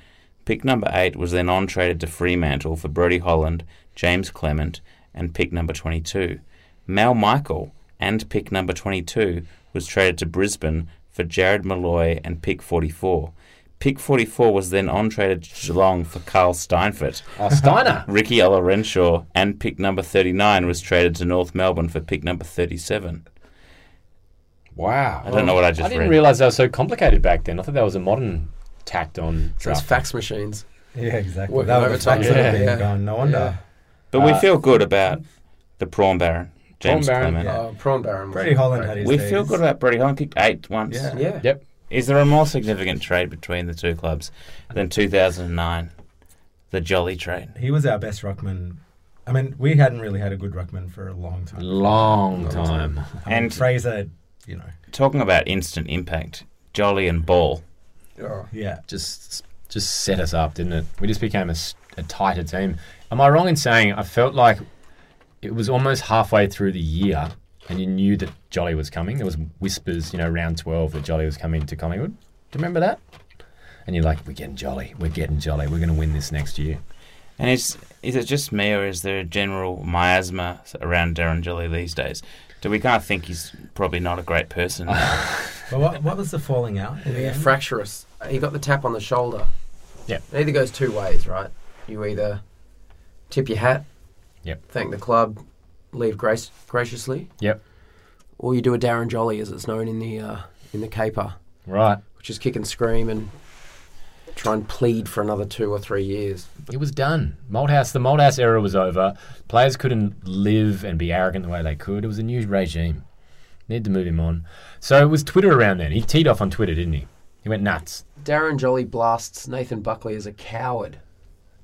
Speaker 8: Pick number 8 was then on traded to Fremantle for Brody Holland, James Clement, and pick number 22. Mal Michael and pick number 22 was traded to Brisbane for Jared Malloy and pick 44. Pick 44 was then on traded to Geelong for Carl Steinfort.
Speaker 12: Oh, Steiner.
Speaker 8: Ricky Ola Renshaw and pick number 39 was traded to North Melbourne for pick number 37.
Speaker 12: Wow.
Speaker 8: I don't know what I just
Speaker 12: I didn't
Speaker 8: read.
Speaker 12: realize that was so complicated back then. I thought that was a modern tacked on
Speaker 1: Those
Speaker 12: draft.
Speaker 1: fax machines.
Speaker 11: Yeah, exactly.
Speaker 1: Working
Speaker 11: That was the
Speaker 1: overtime.
Speaker 11: fact that
Speaker 12: Yeah.
Speaker 11: yeah. gone. No wonder.
Speaker 8: But we
Speaker 12: Uh,
Speaker 8: feel good about the Prawn Baron, James
Speaker 12: Baron,
Speaker 8: Clement.
Speaker 1: Oh, prawn baron. was-
Speaker 11: Brady Holland had his
Speaker 8: We
Speaker 11: days.
Speaker 8: feel good about Brody Holland kicked eight once.
Speaker 11: Yeah.
Speaker 1: Yeah.
Speaker 12: Yep.
Speaker 8: Is there a more significant trade between the two clubs than 2009, the Jolly trade?
Speaker 11: He was our best ruckman. I mean, we hadn't really had a good ruckman for a long time.
Speaker 12: Long time.
Speaker 11: I mean,
Speaker 8: And-
Speaker 11: Fraser, you know,
Speaker 8: Talking about instant impact, Jolly and Ball.
Speaker 1: Oh,
Speaker 11: yeah,
Speaker 12: Just just set us up, didn't it? We just became a, s- a tighter team. Am I wrong in saying I felt like it was almost halfway through the year and you knew that Jolly was coming? There was whispers, you know, round 12 that Jolly was coming to Collingwood. Do you remember that? And you're like, we're getting Jolly. We're getting Jolly. We're going to win this next year.
Speaker 8: And is is it just me, or is there a general miasma around Darren Jolly these days? Do we kind of think he's probably not a great person?
Speaker 11: But what, what was the falling out? in the
Speaker 1: Yeah,
Speaker 11: end?
Speaker 1: fracturous. He got the tap on the shoulder.
Speaker 12: Yep.
Speaker 1: It either goes two ways, right? You either tip your hat,
Speaker 12: Yep.
Speaker 1: thank the club, leave grace graciously,
Speaker 12: Yep.
Speaker 1: or you do a Darren Jolly, as it's known in the uh, in the caper,
Speaker 12: Right.
Speaker 1: which is kick and scream and try and plead for another two or three years.
Speaker 12: It was done. Malthouse, the Malthouse era was over. Players couldn't live and be arrogant the way they could. It was a new regime. Need to move him on. So it was Twitter around then. He teed off on Twitter, didn't he? He went nuts.
Speaker 1: Darren Jolly blasts Nathan Buckley as a coward.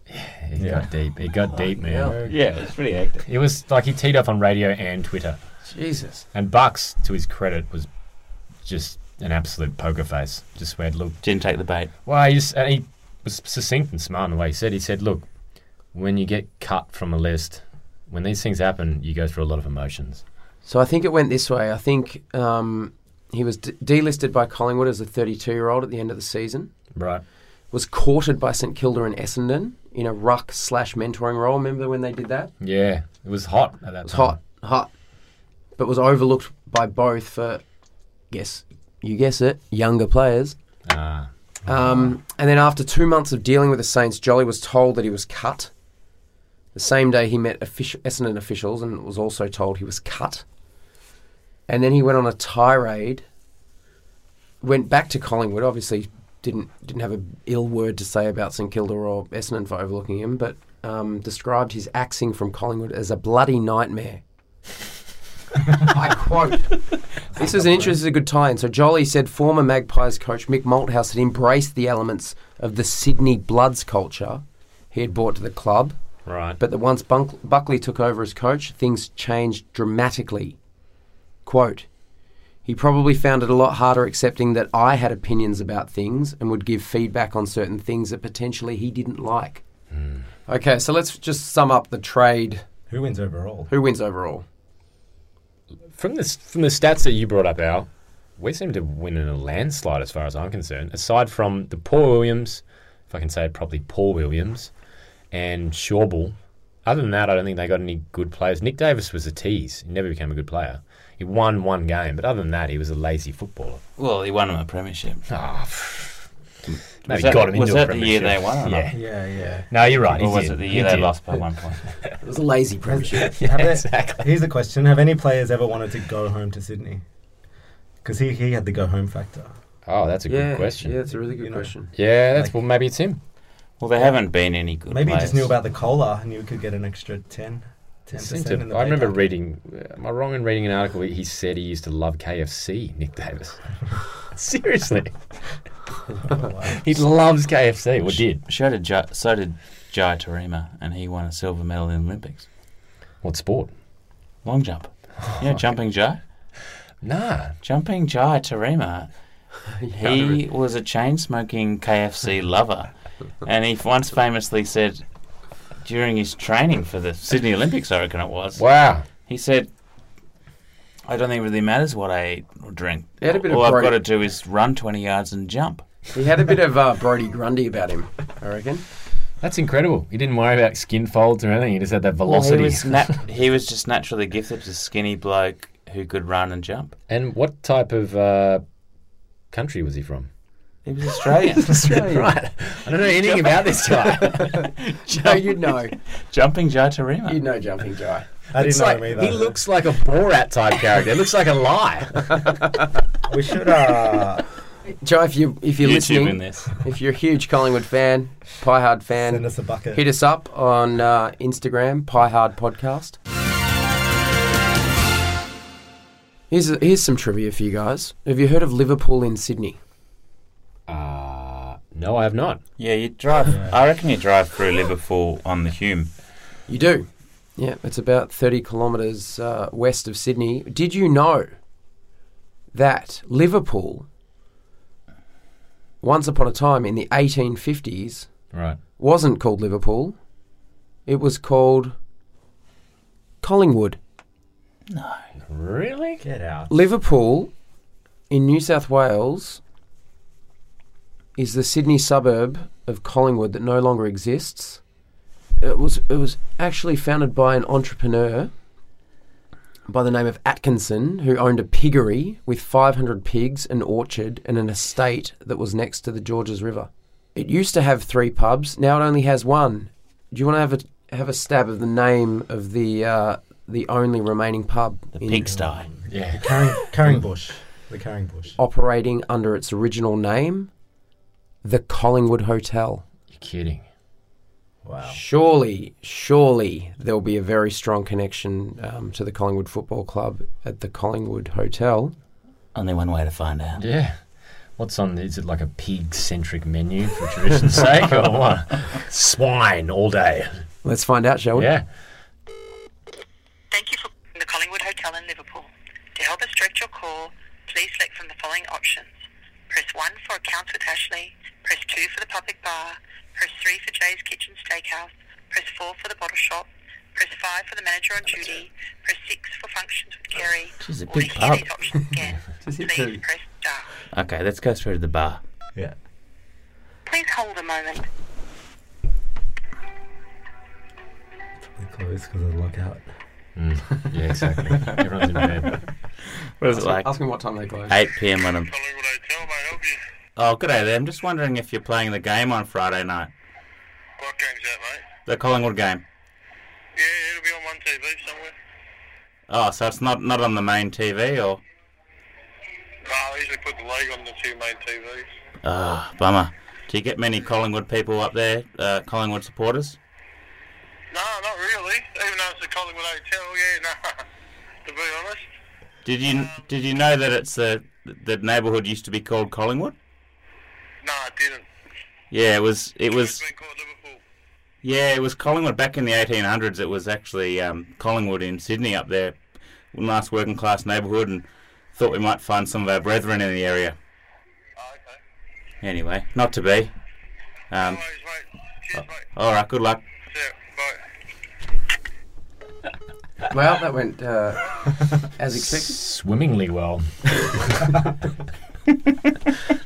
Speaker 12: It got deep. It got deep, man.
Speaker 1: hell.
Speaker 8: yeah, it's pretty active.
Speaker 12: It was like he teed off on radio and Twitter.
Speaker 1: Jesus.
Speaker 12: And Bucks, to his credit, was just an absolute poker face. Just went, look,
Speaker 8: Didn't take the bait.
Speaker 12: Well, he, just, and he was succinct and smart in the way he said. He said, "Look, when you get cut from a list, when these things happen, you go through a lot of emotions."
Speaker 1: So I think it went this way. I think um, he was d- delisted by Collingwood as a 32 year old at the end of the season.
Speaker 12: Right.
Speaker 1: was courted by St Kilda and Essendon in a ruck slash mentoring role. Remember when they did that?
Speaker 12: Yeah, it was hot at that
Speaker 1: It was
Speaker 12: time.
Speaker 1: hot. hot, but was overlooked by both for, yes, you guess it, younger players.
Speaker 12: Ah.
Speaker 1: Um, and then after two months of dealing with the Saints, Jolly was told that he was cut. The same day he met offici- Essendon officials and was also told he was cut. And then he went on a tirade. Went back to Collingwood. Obviously, didn't didn't have an ill word to say about St Kilda or Essendon for overlooking him, but um, described his axing from Collingwood as a bloody nightmare. I quote. This is an interest, this is a good tie-in. So Jolly said former Magpies coach Mick Malthouse had embraced the elements of the Sydney Bloods culture he had brought to the club.
Speaker 8: Right.
Speaker 1: But that once Bunk- Buckley took over as coach, things changed dramatically. Quote, he probably found it a lot harder accepting that I had opinions about things and would give feedback on certain things that potentially he didn't like. Okay, so let's just sum up the trade.
Speaker 11: Who wins overall?
Speaker 1: Who wins overall?
Speaker 12: From the from the stats that you brought up, Al, we seem to win in a landslide as far as I'm concerned. Aside from the Paul Williams, if I can say it properly, Paul Williams, and Shawbull. Other than that, I don't think they got any good players. Nick Davis was a tease. He never became a good player. He won one game, but other than that, he was a lazy footballer.
Speaker 8: Well, he won him a premiership.
Speaker 12: Oh, maybe
Speaker 8: that-
Speaker 12: got him into
Speaker 8: was
Speaker 12: a
Speaker 8: that the year
Speaker 12: premiership.
Speaker 8: they won or
Speaker 12: Yeah.
Speaker 8: not?
Speaker 11: Yeah, yeah.
Speaker 12: No, you're right.
Speaker 8: Or
Speaker 12: he
Speaker 8: was
Speaker 12: did.
Speaker 8: it the
Speaker 12: He
Speaker 8: year they
Speaker 12: did.
Speaker 8: lost by one point?
Speaker 1: It was a lazy premiership.
Speaker 12: Yeah,
Speaker 11: Have they-
Speaker 12: exactly.
Speaker 11: Here's the question: Have any players ever wanted to go home to Sydney? Because he, he had the go home factor.
Speaker 12: Oh, that's a
Speaker 1: yeah,
Speaker 12: good question.
Speaker 1: Yeah,
Speaker 12: Yeah,
Speaker 1: it's a really good question.
Speaker 12: that's well, maybe it's him.
Speaker 8: Well, there haven't been any good
Speaker 11: Maybe he
Speaker 8: players.
Speaker 11: just knew about the cola and you could get an extra 10,
Speaker 12: It
Speaker 11: 10%
Speaker 12: seemed
Speaker 11: in
Speaker 12: to-
Speaker 11: the
Speaker 12: I remember
Speaker 11: payback.
Speaker 12: reading. Am I wrong in reading an article? where He said he used to love KFC. Nick Davis. Seriously, he loves KFC. Or did?
Speaker 8: So did, Jai, so did Jai Tarima, and he won a silver medal in the Olympics.
Speaker 12: What sport?
Speaker 8: Long jump. Yeah, jumping Jai.
Speaker 12: Nah.
Speaker 8: Jumping Jai Tarima. He was a chain smoking KFC lover, and he once famously said during his training for the Sydney Olympics, I reckon it was.
Speaker 12: Wow.
Speaker 8: He said, "I don't think it really matters what I eat or drink.
Speaker 1: He had a bit of
Speaker 8: All I've
Speaker 1: broke-
Speaker 8: got to do is run twenty yards and jump."
Speaker 1: He had a bit of uh, Brody Grundy about him, I reckon.
Speaker 12: That's incredible. He didn't worry about skin folds or anything. He just had that velocity.
Speaker 8: Well, he, was nat- he was just naturally gifted, just a skinny bloke who could run and jump.
Speaker 12: and what type of uh, country was he from?
Speaker 8: He was Australian.
Speaker 12: right. I don't know anything about this guy.
Speaker 1: No, you'd know.
Speaker 8: Jumping Jai Tarima.
Speaker 1: You'd know Jumping Jai.
Speaker 11: I didn't
Speaker 12: It's
Speaker 11: know
Speaker 12: like-
Speaker 11: him either.
Speaker 12: He looks like a Borat type character. It looks like a lie.
Speaker 11: we should. Uh,
Speaker 1: Jai, if you if you're
Speaker 8: YouTube
Speaker 1: listening,
Speaker 8: in this.
Speaker 1: if you're a huge Collingwood fan, Pie Hard fan,
Speaker 11: Send us a bucket.
Speaker 1: Hit us up on uh, Instagram, Pie Hard Podcast. Here's here's some trivia for you guys. Have you heard of Liverpool in Sydney?
Speaker 12: Uh, no, I have not.
Speaker 8: Yeah, you drive. I reckon you drive through Liverpool on the Hume.
Speaker 1: You do. Yeah, it's about 30 kilometres uh, west of Sydney. Did you know that Liverpool, once upon a time in the 1850s,
Speaker 12: Right.
Speaker 1: wasn't called Liverpool? It was called Collingwood.
Speaker 12: Really?
Speaker 11: get out.
Speaker 1: Liverpool in New South Wales is the Sydney suburb of Collingwood that no longer exists. It was it was actually founded by an entrepreneur by the name of Atkinson who owned a piggery with 500 pigs, an orchard and an estate that was next to the Georges River. It used to have 3 pubs, now it only has one. Do you want to have a have a stab of the name of the uh, the only remaining pub
Speaker 8: The
Speaker 1: in-
Speaker 8: pigsty.
Speaker 12: Yeah.
Speaker 11: Carrying, carrying bush. The carrying bush.
Speaker 1: operating under its original name, the Collingwood Hotel.
Speaker 12: You're kidding.
Speaker 11: Wow.
Speaker 1: Surely, surely there'll be a very strong connection um, to the Collingwood Football Club at the Collingwood Hotel.
Speaker 8: Only one way to find out.
Speaker 12: Yeah. What's on? Is it like a pig-centric menu for tradition's sake, or what? Swine all day.
Speaker 1: Let's find out, shall we?
Speaker 12: Yeah.
Speaker 16: Thank you for calling the Collingwood Hotel in Liverpool. To help us direct your call, please select from the following options. Press 1 for accounts with Ashley, press 2 for the public bar, press 3 for Jay's Kitchen Steakhouse, press 4 for the bottle shop, press 5 for the manager on duty, press 6 for functions with Kerry.
Speaker 8: She's a
Speaker 16: Or
Speaker 8: big
Speaker 16: to hear
Speaker 8: pub.
Speaker 16: these options again,
Speaker 8: Just hit
Speaker 16: please
Speaker 8: the-
Speaker 16: press star.
Speaker 8: Okay, let's go through to the bar.
Speaker 11: Yeah.
Speaker 16: Please hold a moment.
Speaker 11: Probably close because of the lockout.
Speaker 12: Mm. Yeah, exactly. Everyone's in bed.
Speaker 8: What is it
Speaker 1: Ask-
Speaker 8: like?
Speaker 1: ask me what time they close.
Speaker 8: 8 p.m. on a. Oh, good day there. I'm just wondering if you're playing the game on Friday night. What game's that, mate? The Collingwood game. Yeah, it'll be on one TV somewhere. Oh, so it's not, not on the main TV or.
Speaker 17: I usually put the league on the two main TVs.
Speaker 8: Ah, bummer. Do you get many Collingwood people up there, uh, Collingwood supporters?
Speaker 17: No, not really. Even though it's a Collingwood hotel, yeah, no. to be honest,
Speaker 8: Did you did you know that it's the the neighbourhood used to be called Collingwood?
Speaker 17: no, I didn't.
Speaker 8: Yeah, it was. It was. Yeah, it was Collingwood back in the 1800s. It was actually um, Collingwood in Sydney up there, nice working class neighbourhood, and thought we might find some of our brethren in the area.
Speaker 17: Ah,
Speaker 8: okay. Anyway, not to be. Um, uh, All right. Good luck.
Speaker 1: Well, that went uh, as expected.
Speaker 12: Swimmingly well. that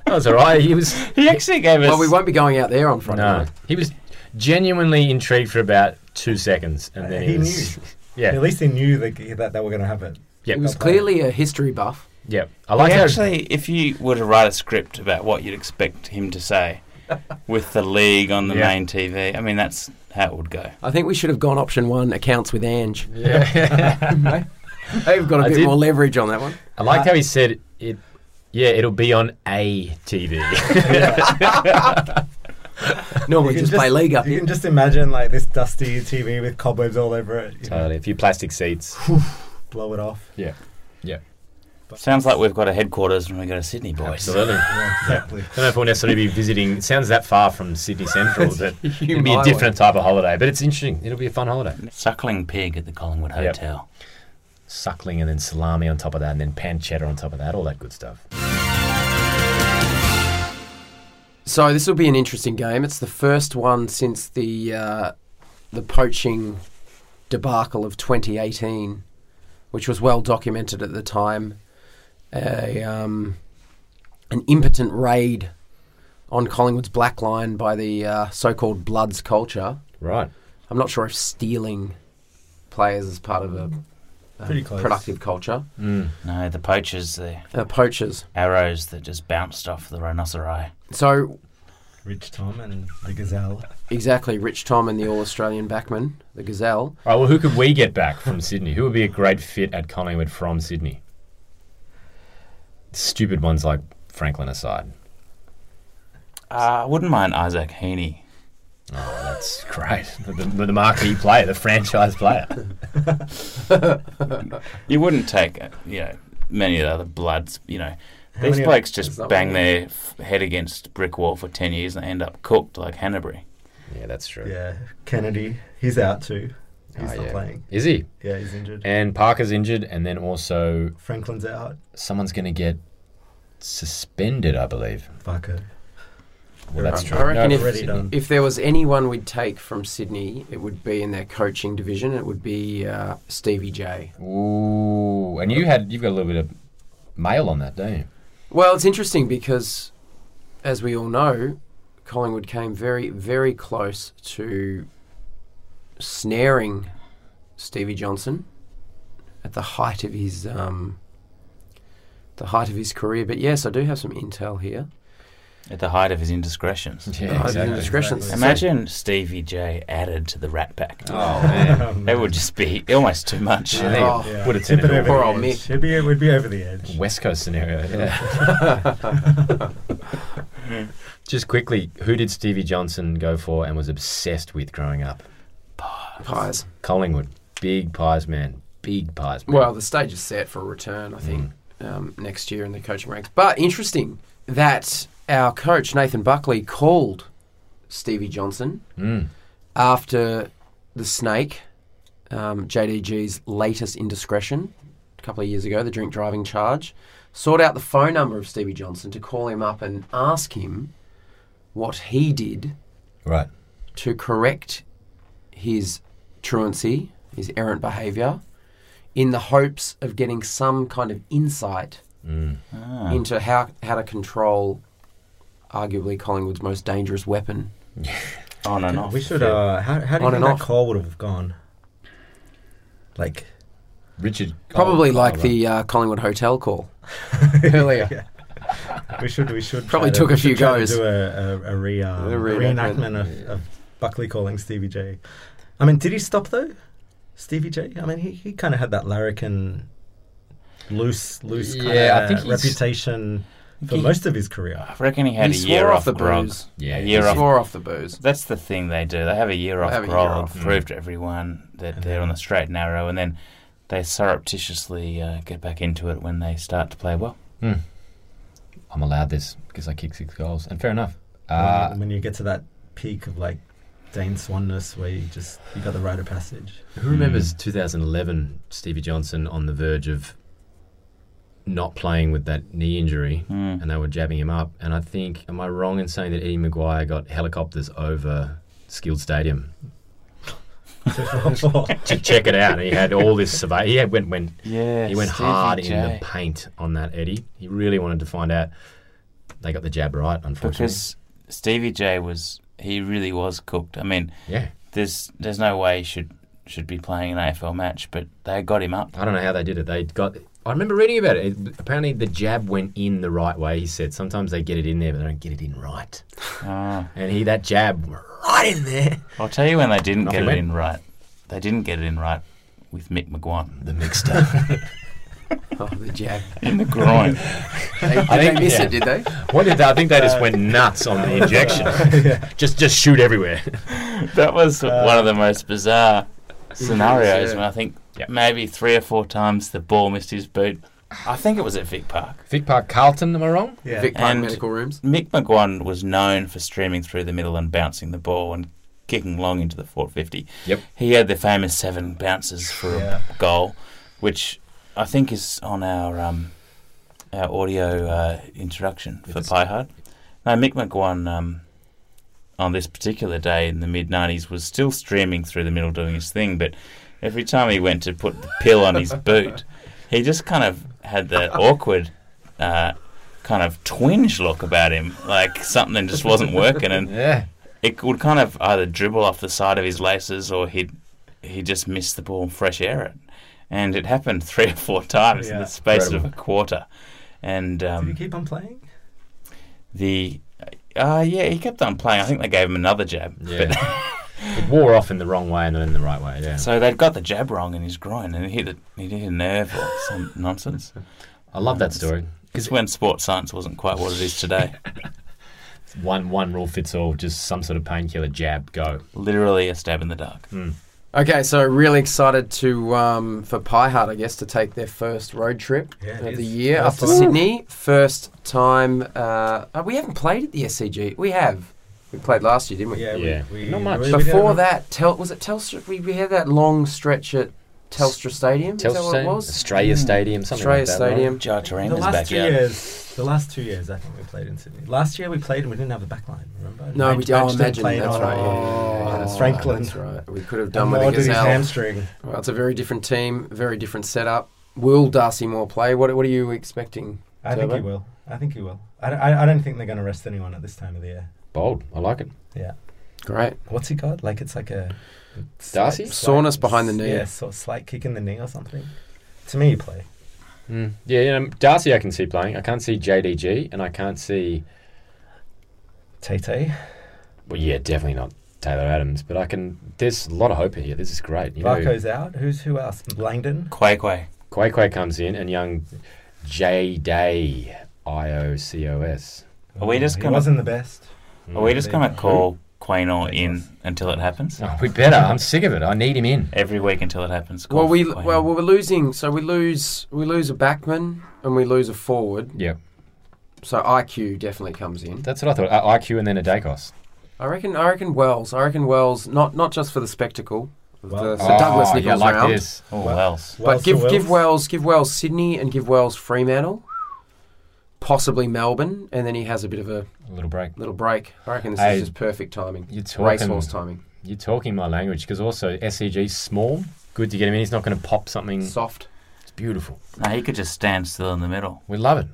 Speaker 12: was all right. He was.
Speaker 8: He actually gave us.
Speaker 1: Well, we won't be going out there on Friday.
Speaker 12: No, he was genuinely intrigued for about two seconds, and then he,
Speaker 11: He
Speaker 12: was.
Speaker 11: knew.
Speaker 12: Yeah.
Speaker 11: At least he knew that that they were going to have it.
Speaker 12: Yep.
Speaker 1: He was clearly a history buff.
Speaker 12: Yeah,
Speaker 8: We actually, if you were to write a script about what you'd expect him to say, with the league on the
Speaker 1: Yeah.
Speaker 8: main TV, I mean that's how it would go.
Speaker 1: I think we should have gone option one accounts with Ange.
Speaker 12: Yeah.
Speaker 1: They've got a
Speaker 12: I
Speaker 1: bit
Speaker 12: did-
Speaker 1: more leverage on that one.
Speaker 12: I liked how he said it. Yeah, it'll be on a TV.
Speaker 1: Normally
Speaker 11: You
Speaker 1: just,
Speaker 11: can
Speaker 1: play league up
Speaker 11: You
Speaker 1: here.
Speaker 11: can just imagine like this dusty TV with cobwebs all over it. You know,
Speaker 12: totally, a few plastic seats.
Speaker 11: blow it off.
Speaker 12: yeah, yeah,
Speaker 8: Sounds like we've got a headquarters when we go to Sydney, boys.
Speaker 12: absolutely. I don't know if we'll necessarily be visiting. It sounds that far from Sydney Central, but it'd be a
Speaker 8: might
Speaker 12: different type of holiday. But it's interesting. It'll be a fun holiday.
Speaker 8: Suckling pig at the Collingwood
Speaker 12: Yep.
Speaker 8: Hotel.
Speaker 12: Suckling and then salami on top of that, and then pancetta on top of that, all that good stuff.
Speaker 1: So this will be an interesting game. It's the first one since the uh, the poaching debacle of 2018, which was well documented at the time. A um, an impotent raid on Collingwood's black line by the uh, so-called Bloods culture.
Speaker 12: Right.
Speaker 1: I'm not sure if stealing players is part of a, a
Speaker 11: Pretty close.
Speaker 1: productive culture.
Speaker 8: No, the poachers, the
Speaker 1: Uh, poachers.
Speaker 8: arrows that just bounced off the rhinoceri.
Speaker 1: So
Speaker 11: Rich Tom and the gazelle.
Speaker 1: Exactly, Rich Tom and the All Australian backman, the Gazelle.
Speaker 12: All right. Well, who could we get back from Sydney? Who would be a great fit at Collingwood from Sydney? Stupid ones like Franklin aside.
Speaker 8: Uh, I wouldn't mind Isaac Heaney.
Speaker 12: Oh, that's great. The, the, the marquee player, the franchise player.
Speaker 8: You wouldn't take, uh, you know, many of the other bloods. You know,
Speaker 12: How
Speaker 8: these
Speaker 12: many-
Speaker 8: blokes
Speaker 12: is
Speaker 8: just
Speaker 12: that
Speaker 8: bang
Speaker 12: what-
Speaker 8: their f- head against brick wall for ten years and they end up cooked like Hanbury.
Speaker 12: Yeah, that's true.
Speaker 11: Yeah, Kennedy. He's out too. He's
Speaker 12: Oh,
Speaker 11: not
Speaker 12: yeah.
Speaker 11: playing.
Speaker 12: Is he?
Speaker 11: Yeah, he's injured.
Speaker 12: And Parker's injured, and then also
Speaker 11: Franklin's out.
Speaker 12: someone's going to get suspended, I believe.
Speaker 11: Fucker.
Speaker 12: Well, that's true.
Speaker 1: I reckon
Speaker 12: No,
Speaker 1: if, if there was anyone we'd take from Sydney, it would be in their coaching division. It would be uh, Stevie J.
Speaker 12: Ooh, and you had you've got a little bit of mail on that, don't you?
Speaker 1: Well, it's interesting because, as we all know, Collingwood came very, very close to snaring Stevie Johnson at the height of his um, the height of his career. But yes, I do have some intel here.
Speaker 8: At the height of his indiscretions.
Speaker 1: Yeah, The height of his exactly. indiscretions. Exactly.
Speaker 8: Imagine Stevie J added to the Rat Pack.
Speaker 12: Oh,
Speaker 11: Um,
Speaker 12: man.
Speaker 8: that would just be almost too much.
Speaker 12: I think
Speaker 11: Oh,
Speaker 12: it would have
Speaker 11: Tip
Speaker 12: turned
Speaker 11: it
Speaker 12: into
Speaker 11: over
Speaker 12: a
Speaker 11: the edge. It'd be, it would be over the edge.
Speaker 12: West Coast scenario. Yeah. Just quickly, who did Stevie Johnson go for and was obsessed with growing up?
Speaker 1: Pies.
Speaker 12: Collingwood, big pies man, big pies man.
Speaker 1: Well, the stage is set for a return, I think, um, next year in the coaching ranks. But interesting that our coach, Nathan Buckley, called Stevie Johnson
Speaker 12: Mm.
Speaker 1: after the snake, um, JDG's latest indiscretion a couple of years ago, the drink driving charge, sought out the phone number of Stevie Johnson to call him up and ask him what he did
Speaker 12: Right.
Speaker 1: to correct his truancy, his errant behaviour, in the hopes of getting some kind of insight
Speaker 12: Mm.
Speaker 1: into how, how to control arguably Collingwood's most dangerous weapon.
Speaker 8: On and off.
Speaker 11: We should.
Speaker 8: the field.
Speaker 11: Uh, how, how do you
Speaker 1: On
Speaker 11: think
Speaker 1: and
Speaker 11: that
Speaker 1: off.
Speaker 11: call would have gone? Like,
Speaker 18: Richard.
Speaker 1: Probably
Speaker 18: oh,
Speaker 1: like
Speaker 18: oh,
Speaker 1: the uh, Collingwood Hotel call earlier.
Speaker 11: We should we should
Speaker 1: Probably
Speaker 11: try to-
Speaker 1: took a
Speaker 11: we should
Speaker 1: few
Speaker 11: try to
Speaker 1: goes.
Speaker 11: Do a, a, a, re, um,
Speaker 1: A
Speaker 11: a
Speaker 1: reenactment.
Speaker 11: reenactment of, of Buckley calling Stevie J. I mean, did he stop though, Stevie J? I mean, he, he kind of had that larrikin, loose loose kind
Speaker 8: Yeah, I
Speaker 11: of
Speaker 8: think he's-
Speaker 11: reputation for
Speaker 8: He-
Speaker 11: most of his career.
Speaker 8: I reckon he had a year off, grog. a year off.
Speaker 12: the booze.
Speaker 8: That's the thing they do. They have a year
Speaker 12: They
Speaker 8: off
Speaker 12: have a year
Speaker 8: grog,
Speaker 12: off.
Speaker 8: prove to everyone that they're on the straight and narrow, and then they surreptitiously uh, get back into it when they start to play well.
Speaker 18: Hmm. I'm allowed this because I kick six goals, and fair enough.
Speaker 11: When you-
Speaker 18: Uh,
Speaker 1: Mm.
Speaker 11: when, you get to that peak of like Dane Swanness, where you just you got the rite of passage.
Speaker 12: Who remembers 2011 Stevie Johnson on the verge of not playing with that knee injury and they were jabbing him up? And I think, am I wrong in saying that Eddie Maguire got helicopters over Skilled Stadium? to check it out, and he had all this survey. He had went went
Speaker 8: yeah,
Speaker 12: he went
Speaker 8: Stevie
Speaker 12: hard in
Speaker 8: J.
Speaker 12: the paint on that Eddie. He really wanted to find out. They got the jab right, unfortunately.
Speaker 8: Because Stevie J was he really was cooked. I mean,
Speaker 12: Yeah.
Speaker 8: There's there's no way he should should be playing an AFL match, but they got him up.
Speaker 12: I don't know how they did it. They got. I remember reading about it. It- Apparently, the jab went in the right way. He said sometimes they get it in there, but they don't get it in right. And he that jab right in there.
Speaker 8: Oh, I'll tell you when they didn't
Speaker 12: Off
Speaker 8: get
Speaker 12: he
Speaker 8: it
Speaker 12: went.
Speaker 8: in right. They didn't get it in right with Mick McGuan.
Speaker 12: The mixter.
Speaker 1: oh, the jab.
Speaker 8: In the groin.
Speaker 1: They- did they miss it, did they?
Speaker 12: What did they? I think they just
Speaker 1: Uh,
Speaker 12: went nuts on the injection.
Speaker 1: Yeah.
Speaker 12: Just just shoot everywhere.
Speaker 8: that was one of the most bizarre scenarios
Speaker 12: Uh, yeah.
Speaker 8: when I think maybe three or four times the ball missed his boot. I think it was at Vic Park.
Speaker 18: Vic Park Carlton, am I wrong?
Speaker 8: And Mick McGuan was known for streaming through the middle and bouncing the ball and kicking long into the 450.
Speaker 12: Yep.
Speaker 8: He had the famous seven bounces for
Speaker 12: Yeah.
Speaker 8: a goal, which I think is on our um, our audio uh, introduction for Pie Hard. Now, Mick McGuan um, on this particular day in the mid 90s was still streaming through the middle doing his thing, but every time he went to put the pill on his boot, he just kind of had that awkward uh, kind of twinge look about him, like something just wasn't working. And
Speaker 18: Yeah.
Speaker 8: it would kind of either dribble off the side of his laces or he'd, he just missed the ball and fresh air it. And it happened three or four times in
Speaker 11: Yeah.
Speaker 8: the space
Speaker 11: Incredible.
Speaker 8: of a quarter. And um,
Speaker 11: Did he keep on playing?
Speaker 8: the uh, yeah, he kept on playing. I think they gave him another jab.
Speaker 12: Yeah.
Speaker 8: But-
Speaker 12: it wore off in the wrong way and not in the right way. Yeah.
Speaker 8: so they'd got the jab wrong in his groin, and he hit a, he hit a nerve or some nonsense.
Speaker 12: I love that story.
Speaker 8: Because when sports science wasn't quite what it is today,
Speaker 12: one one rule fits all. Just some sort of painkiller jab. Go.
Speaker 8: Literally a stab in the dark.
Speaker 1: Okay, so really excited to um, for Pie Hut, I guess, to take their first road trip
Speaker 11: it
Speaker 1: of the
Speaker 11: is.
Speaker 1: year
Speaker 11: First
Speaker 1: after
Speaker 11: time.
Speaker 1: Sydney. First time. Uh, uh, we haven't played at the SCG. We have. We played last year, didn't we?
Speaker 11: Yeah, we- Yeah. we-
Speaker 1: not much.
Speaker 11: we- we did,
Speaker 1: Before
Speaker 11: huh?
Speaker 1: that, Tel was it Telstra? We, we had that long stretch at Telstra Stadium. is that
Speaker 12: Telstra
Speaker 1: what
Speaker 12: Stadium?
Speaker 1: it was? Mm.
Speaker 12: Australia Stadium, something like
Speaker 1: Australia
Speaker 12: that, right?
Speaker 1: Stadium.
Speaker 8: Jar Tarina's
Speaker 11: The last two years, the last two years, I think we played in Sydney. Last year we played and we didn't have a back line. Remember?
Speaker 1: No, we
Speaker 11: Match-
Speaker 1: did. Oh,
Speaker 11: match didn't
Speaker 1: imagine
Speaker 11: play
Speaker 1: that's
Speaker 11: on,
Speaker 1: right. Yeah,
Speaker 11: uh,
Speaker 1: yeah, yeah. That's
Speaker 11: Franklin.
Speaker 1: Right, that's right. We could have done
Speaker 11: And
Speaker 1: with a
Speaker 11: Moore did his
Speaker 1: gazelle.
Speaker 11: hamstring.
Speaker 1: Well, it's a very different team, very different setup. Will Darcy Moore play? What What are you expecting?
Speaker 11: I think he
Speaker 1: Turbo?
Speaker 11: will. I think he will. I, don't- I, I don't think they're going to rest anyone at this time of the year.
Speaker 12: Bold. I like it.
Speaker 11: Yeah.
Speaker 1: Great.
Speaker 11: What's he got? Like it's like a
Speaker 1: Darcy? Soreness behind the knee.
Speaker 11: Yeah, sort of slight kick in the knee or something. To me, you play.
Speaker 12: Mm. Yeah, you know, Darcy, I can see playing. I can't see JDG, and I can't see.
Speaker 11: Tay.
Speaker 12: Well, yeah, definitely not Taylor Adams, but I can. There's a lot of hope here. This is great. You
Speaker 11: Barco's out. Who's who else? Langdon.
Speaker 8: Quay Quay.
Speaker 12: Quay Quay comes in, and young J Day I O C O S.
Speaker 8: Are we just
Speaker 11: He
Speaker 8: gonna?
Speaker 11: wasn't the best.
Speaker 8: Are we just gonna
Speaker 11: Who?
Speaker 8: call Quaynor in until it happens?
Speaker 12: No, Oh, we better. I'm sick of it. I need him in
Speaker 8: every week until it happens.
Speaker 1: Well,
Speaker 8: call
Speaker 1: we
Speaker 8: Quaynor.
Speaker 1: well we're losing. So we lose we lose a backman and we lose a forward.
Speaker 12: Yep.
Speaker 1: So IQ definitely comes in.
Speaker 12: That's what I thought. Uh, I- IQ and then a Dacos.
Speaker 1: I reckon. I reckon Wells. I reckon Wells. Not not just for the spectacle. of the,
Speaker 12: Wells.
Speaker 1: the Douglas
Speaker 12: Oh, you
Speaker 1: Nichols
Speaker 12: like
Speaker 1: round.
Speaker 12: this. Oh,
Speaker 1: But-
Speaker 12: Wells.
Speaker 1: But
Speaker 12: Wells to
Speaker 1: give give
Speaker 12: Wells.
Speaker 1: Wells give Wells Sydney and give Wells Fremantle, possibly Melbourne, and then he has a bit of a
Speaker 12: A little break.
Speaker 1: little break. I reckon this
Speaker 12: Hey,
Speaker 1: is just perfect timing.
Speaker 12: You're talking,
Speaker 1: Racehorse timing.
Speaker 12: You're talking my language because also SCG's small. Good to get him in. He's not going to pop something
Speaker 1: soft.
Speaker 12: It's beautiful.
Speaker 8: No, he could just stand still in the middle.
Speaker 12: We love it.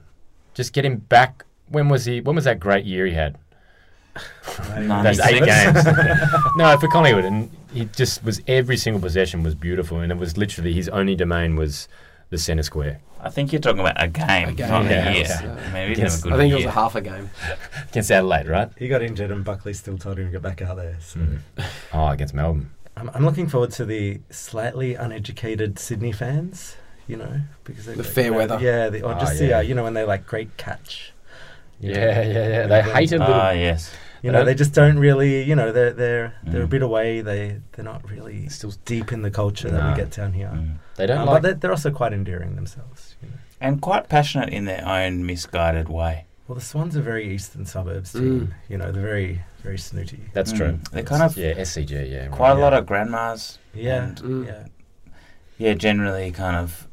Speaker 12: Just get him back. When was he? When was that great year he had? That's eight
Speaker 8: 96.
Speaker 12: games. no, for Collingwood, and he just was every single possession was beautiful, and it was literally his only domain was the centre square.
Speaker 8: I think you're talking about a game, not a year. Maybe he didn't have a good year.
Speaker 1: half a game
Speaker 12: against Adelaide, right?
Speaker 11: He got injured, and Buckley still told him to get back out there. So.
Speaker 12: Oh, against Melbourne.
Speaker 11: I'm, I'm looking forward to the slightly uneducated Sydney fans, you know, because they
Speaker 1: The
Speaker 11: like,
Speaker 1: fair
Speaker 11: you know,
Speaker 1: weather.
Speaker 11: Yeah, the, or
Speaker 1: Ah,
Speaker 11: just the uh,
Speaker 1: yeah.
Speaker 11: you know when they like great catch. you know,
Speaker 12: Yeah, yeah, yeah.
Speaker 11: when
Speaker 12: They
Speaker 11: when-
Speaker 12: hated
Speaker 8: Ah,
Speaker 12: little.
Speaker 11: You know,
Speaker 12: don't-
Speaker 11: they just don't really. You know, they're they're they're a
Speaker 12: Mm.
Speaker 11: bit away. They they're not really still deep in the culture that
Speaker 12: Nah.
Speaker 11: we get down here.
Speaker 8: Mm.
Speaker 12: They don't
Speaker 11: Um,
Speaker 12: like-
Speaker 11: but they're, they're also quite endearing themselves. You know.
Speaker 8: And quite passionate in their own misguided way.
Speaker 11: Well, the Swans are very eastern suburbs team. You know, they're very very snooty.
Speaker 12: That's
Speaker 8: Mm.
Speaker 12: true.
Speaker 8: They're kind of
Speaker 12: yeah, SCG, yeah.
Speaker 8: Quite a
Speaker 12: right.
Speaker 8: lot of grandmas.
Speaker 11: Yeah,
Speaker 8: and,
Speaker 11: yeah.
Speaker 8: yeah, generally kind of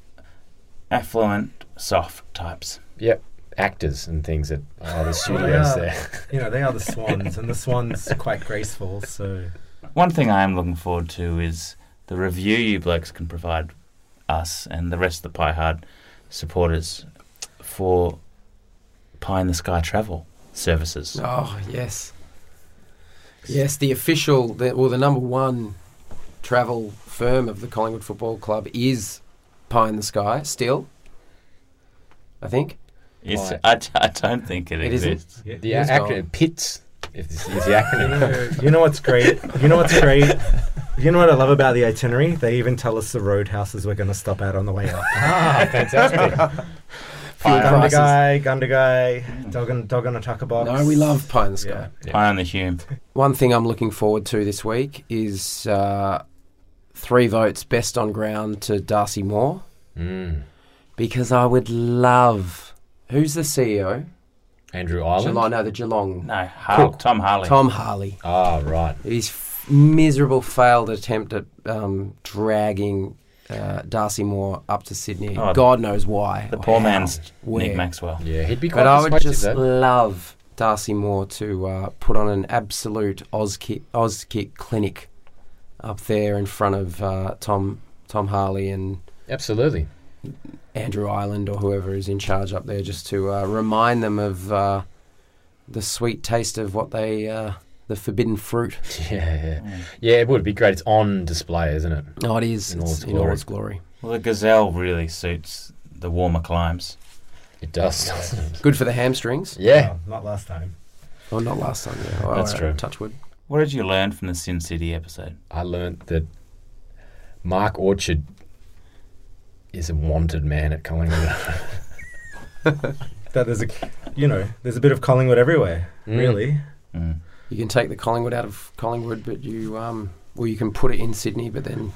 Speaker 8: affluent, soft types.
Speaker 12: Yep, actors and things that oh, the
Speaker 11: Well, they
Speaker 12: studios
Speaker 11: are-
Speaker 12: there.
Speaker 11: You know, they are the Swans, and the Swans are quite graceful. So
Speaker 8: One thing I am looking forward to is the review you blokes can provide us and the rest of the Pie Hard supporters for Pie in the Sky travel services.
Speaker 1: Oh yes, yes. The official, the, well, the number one travel firm of the Collingwood Football Club is Pie in the Sky. Still, I think
Speaker 8: It's, I, d- I don't think it,
Speaker 1: It isn't?
Speaker 8: exists.
Speaker 11: Yeah,
Speaker 12: The
Speaker 1: Yes,
Speaker 12: acronym
Speaker 1: Colin.
Speaker 12: PITS. If this is the
Speaker 11: you know,
Speaker 12: acronym.
Speaker 11: you know what's great? You know what's great? You know what I love about the itinerary? They even tell us the roadhouses we're going to stop at on the way up.
Speaker 12: ah, fantastic.
Speaker 1: Fuel prices.
Speaker 11: Gundagai, Gundagai, dog on, dog on a tucker box.
Speaker 1: No, we love Pie in the Sky.
Speaker 8: Pie on the Hume.
Speaker 1: One thing I'm looking forward to this week is uh, three votes best on ground to Darcy Moore
Speaker 12: Mm.
Speaker 1: because I would love. Who's the CEO?
Speaker 12: Andrew Island.
Speaker 1: Geelong, no, the Geelong.
Speaker 8: No, Har-
Speaker 1: Cook.
Speaker 8: Tom Harley.
Speaker 1: Tom Harley.
Speaker 12: Ah, right.
Speaker 1: His f- miserable failed attempt at um, dragging uh, Darcy Moore up to Sydney.
Speaker 8: Oh,
Speaker 1: God knows why.
Speaker 8: The
Speaker 1: or
Speaker 8: poor
Speaker 1: how,
Speaker 8: man's
Speaker 1: where.
Speaker 8: Nick Maxwell.
Speaker 12: Yeah, he'd be quite
Speaker 1: But I would
Speaker 12: persuasive,
Speaker 1: just
Speaker 12: though.
Speaker 1: love Darcy Moore to uh, put on an absolute Oz kick, Oz kick clinic up there in front of uh, Tom Tom Harley and
Speaker 12: Absolutely.
Speaker 1: Andrew Island or whoever is in charge up there, just to uh, remind them of uh, the sweet taste of what they uh, the forbidden fruit.
Speaker 12: Yeah, yeah. Yeah, it would be great. It's on display, isn't it?
Speaker 1: Oh, it is. It's in all its glory.
Speaker 8: Well, the gazelle really suits the warmer climes.
Speaker 12: It does, doesn't it?
Speaker 1: Good for the hamstrings.
Speaker 12: Yeah.
Speaker 11: Not last time.
Speaker 1: Oh, not last time. Yeah. Oh,
Speaker 12: That's
Speaker 1: all
Speaker 12: true.
Speaker 1: right. Touch wood.
Speaker 8: What did you learn from the Sin City episode?
Speaker 12: I learnt that Mark Orchard is a wanted man at Collingwood.
Speaker 11: That there's a, you know, there's a bit of Collingwood everywhere.
Speaker 12: Mm.
Speaker 11: Really,
Speaker 8: Hmm.
Speaker 1: You can take the Collingwood out of Collingwood, but you um, well, you can put it in Sydney, but then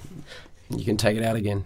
Speaker 1: you can take it out again.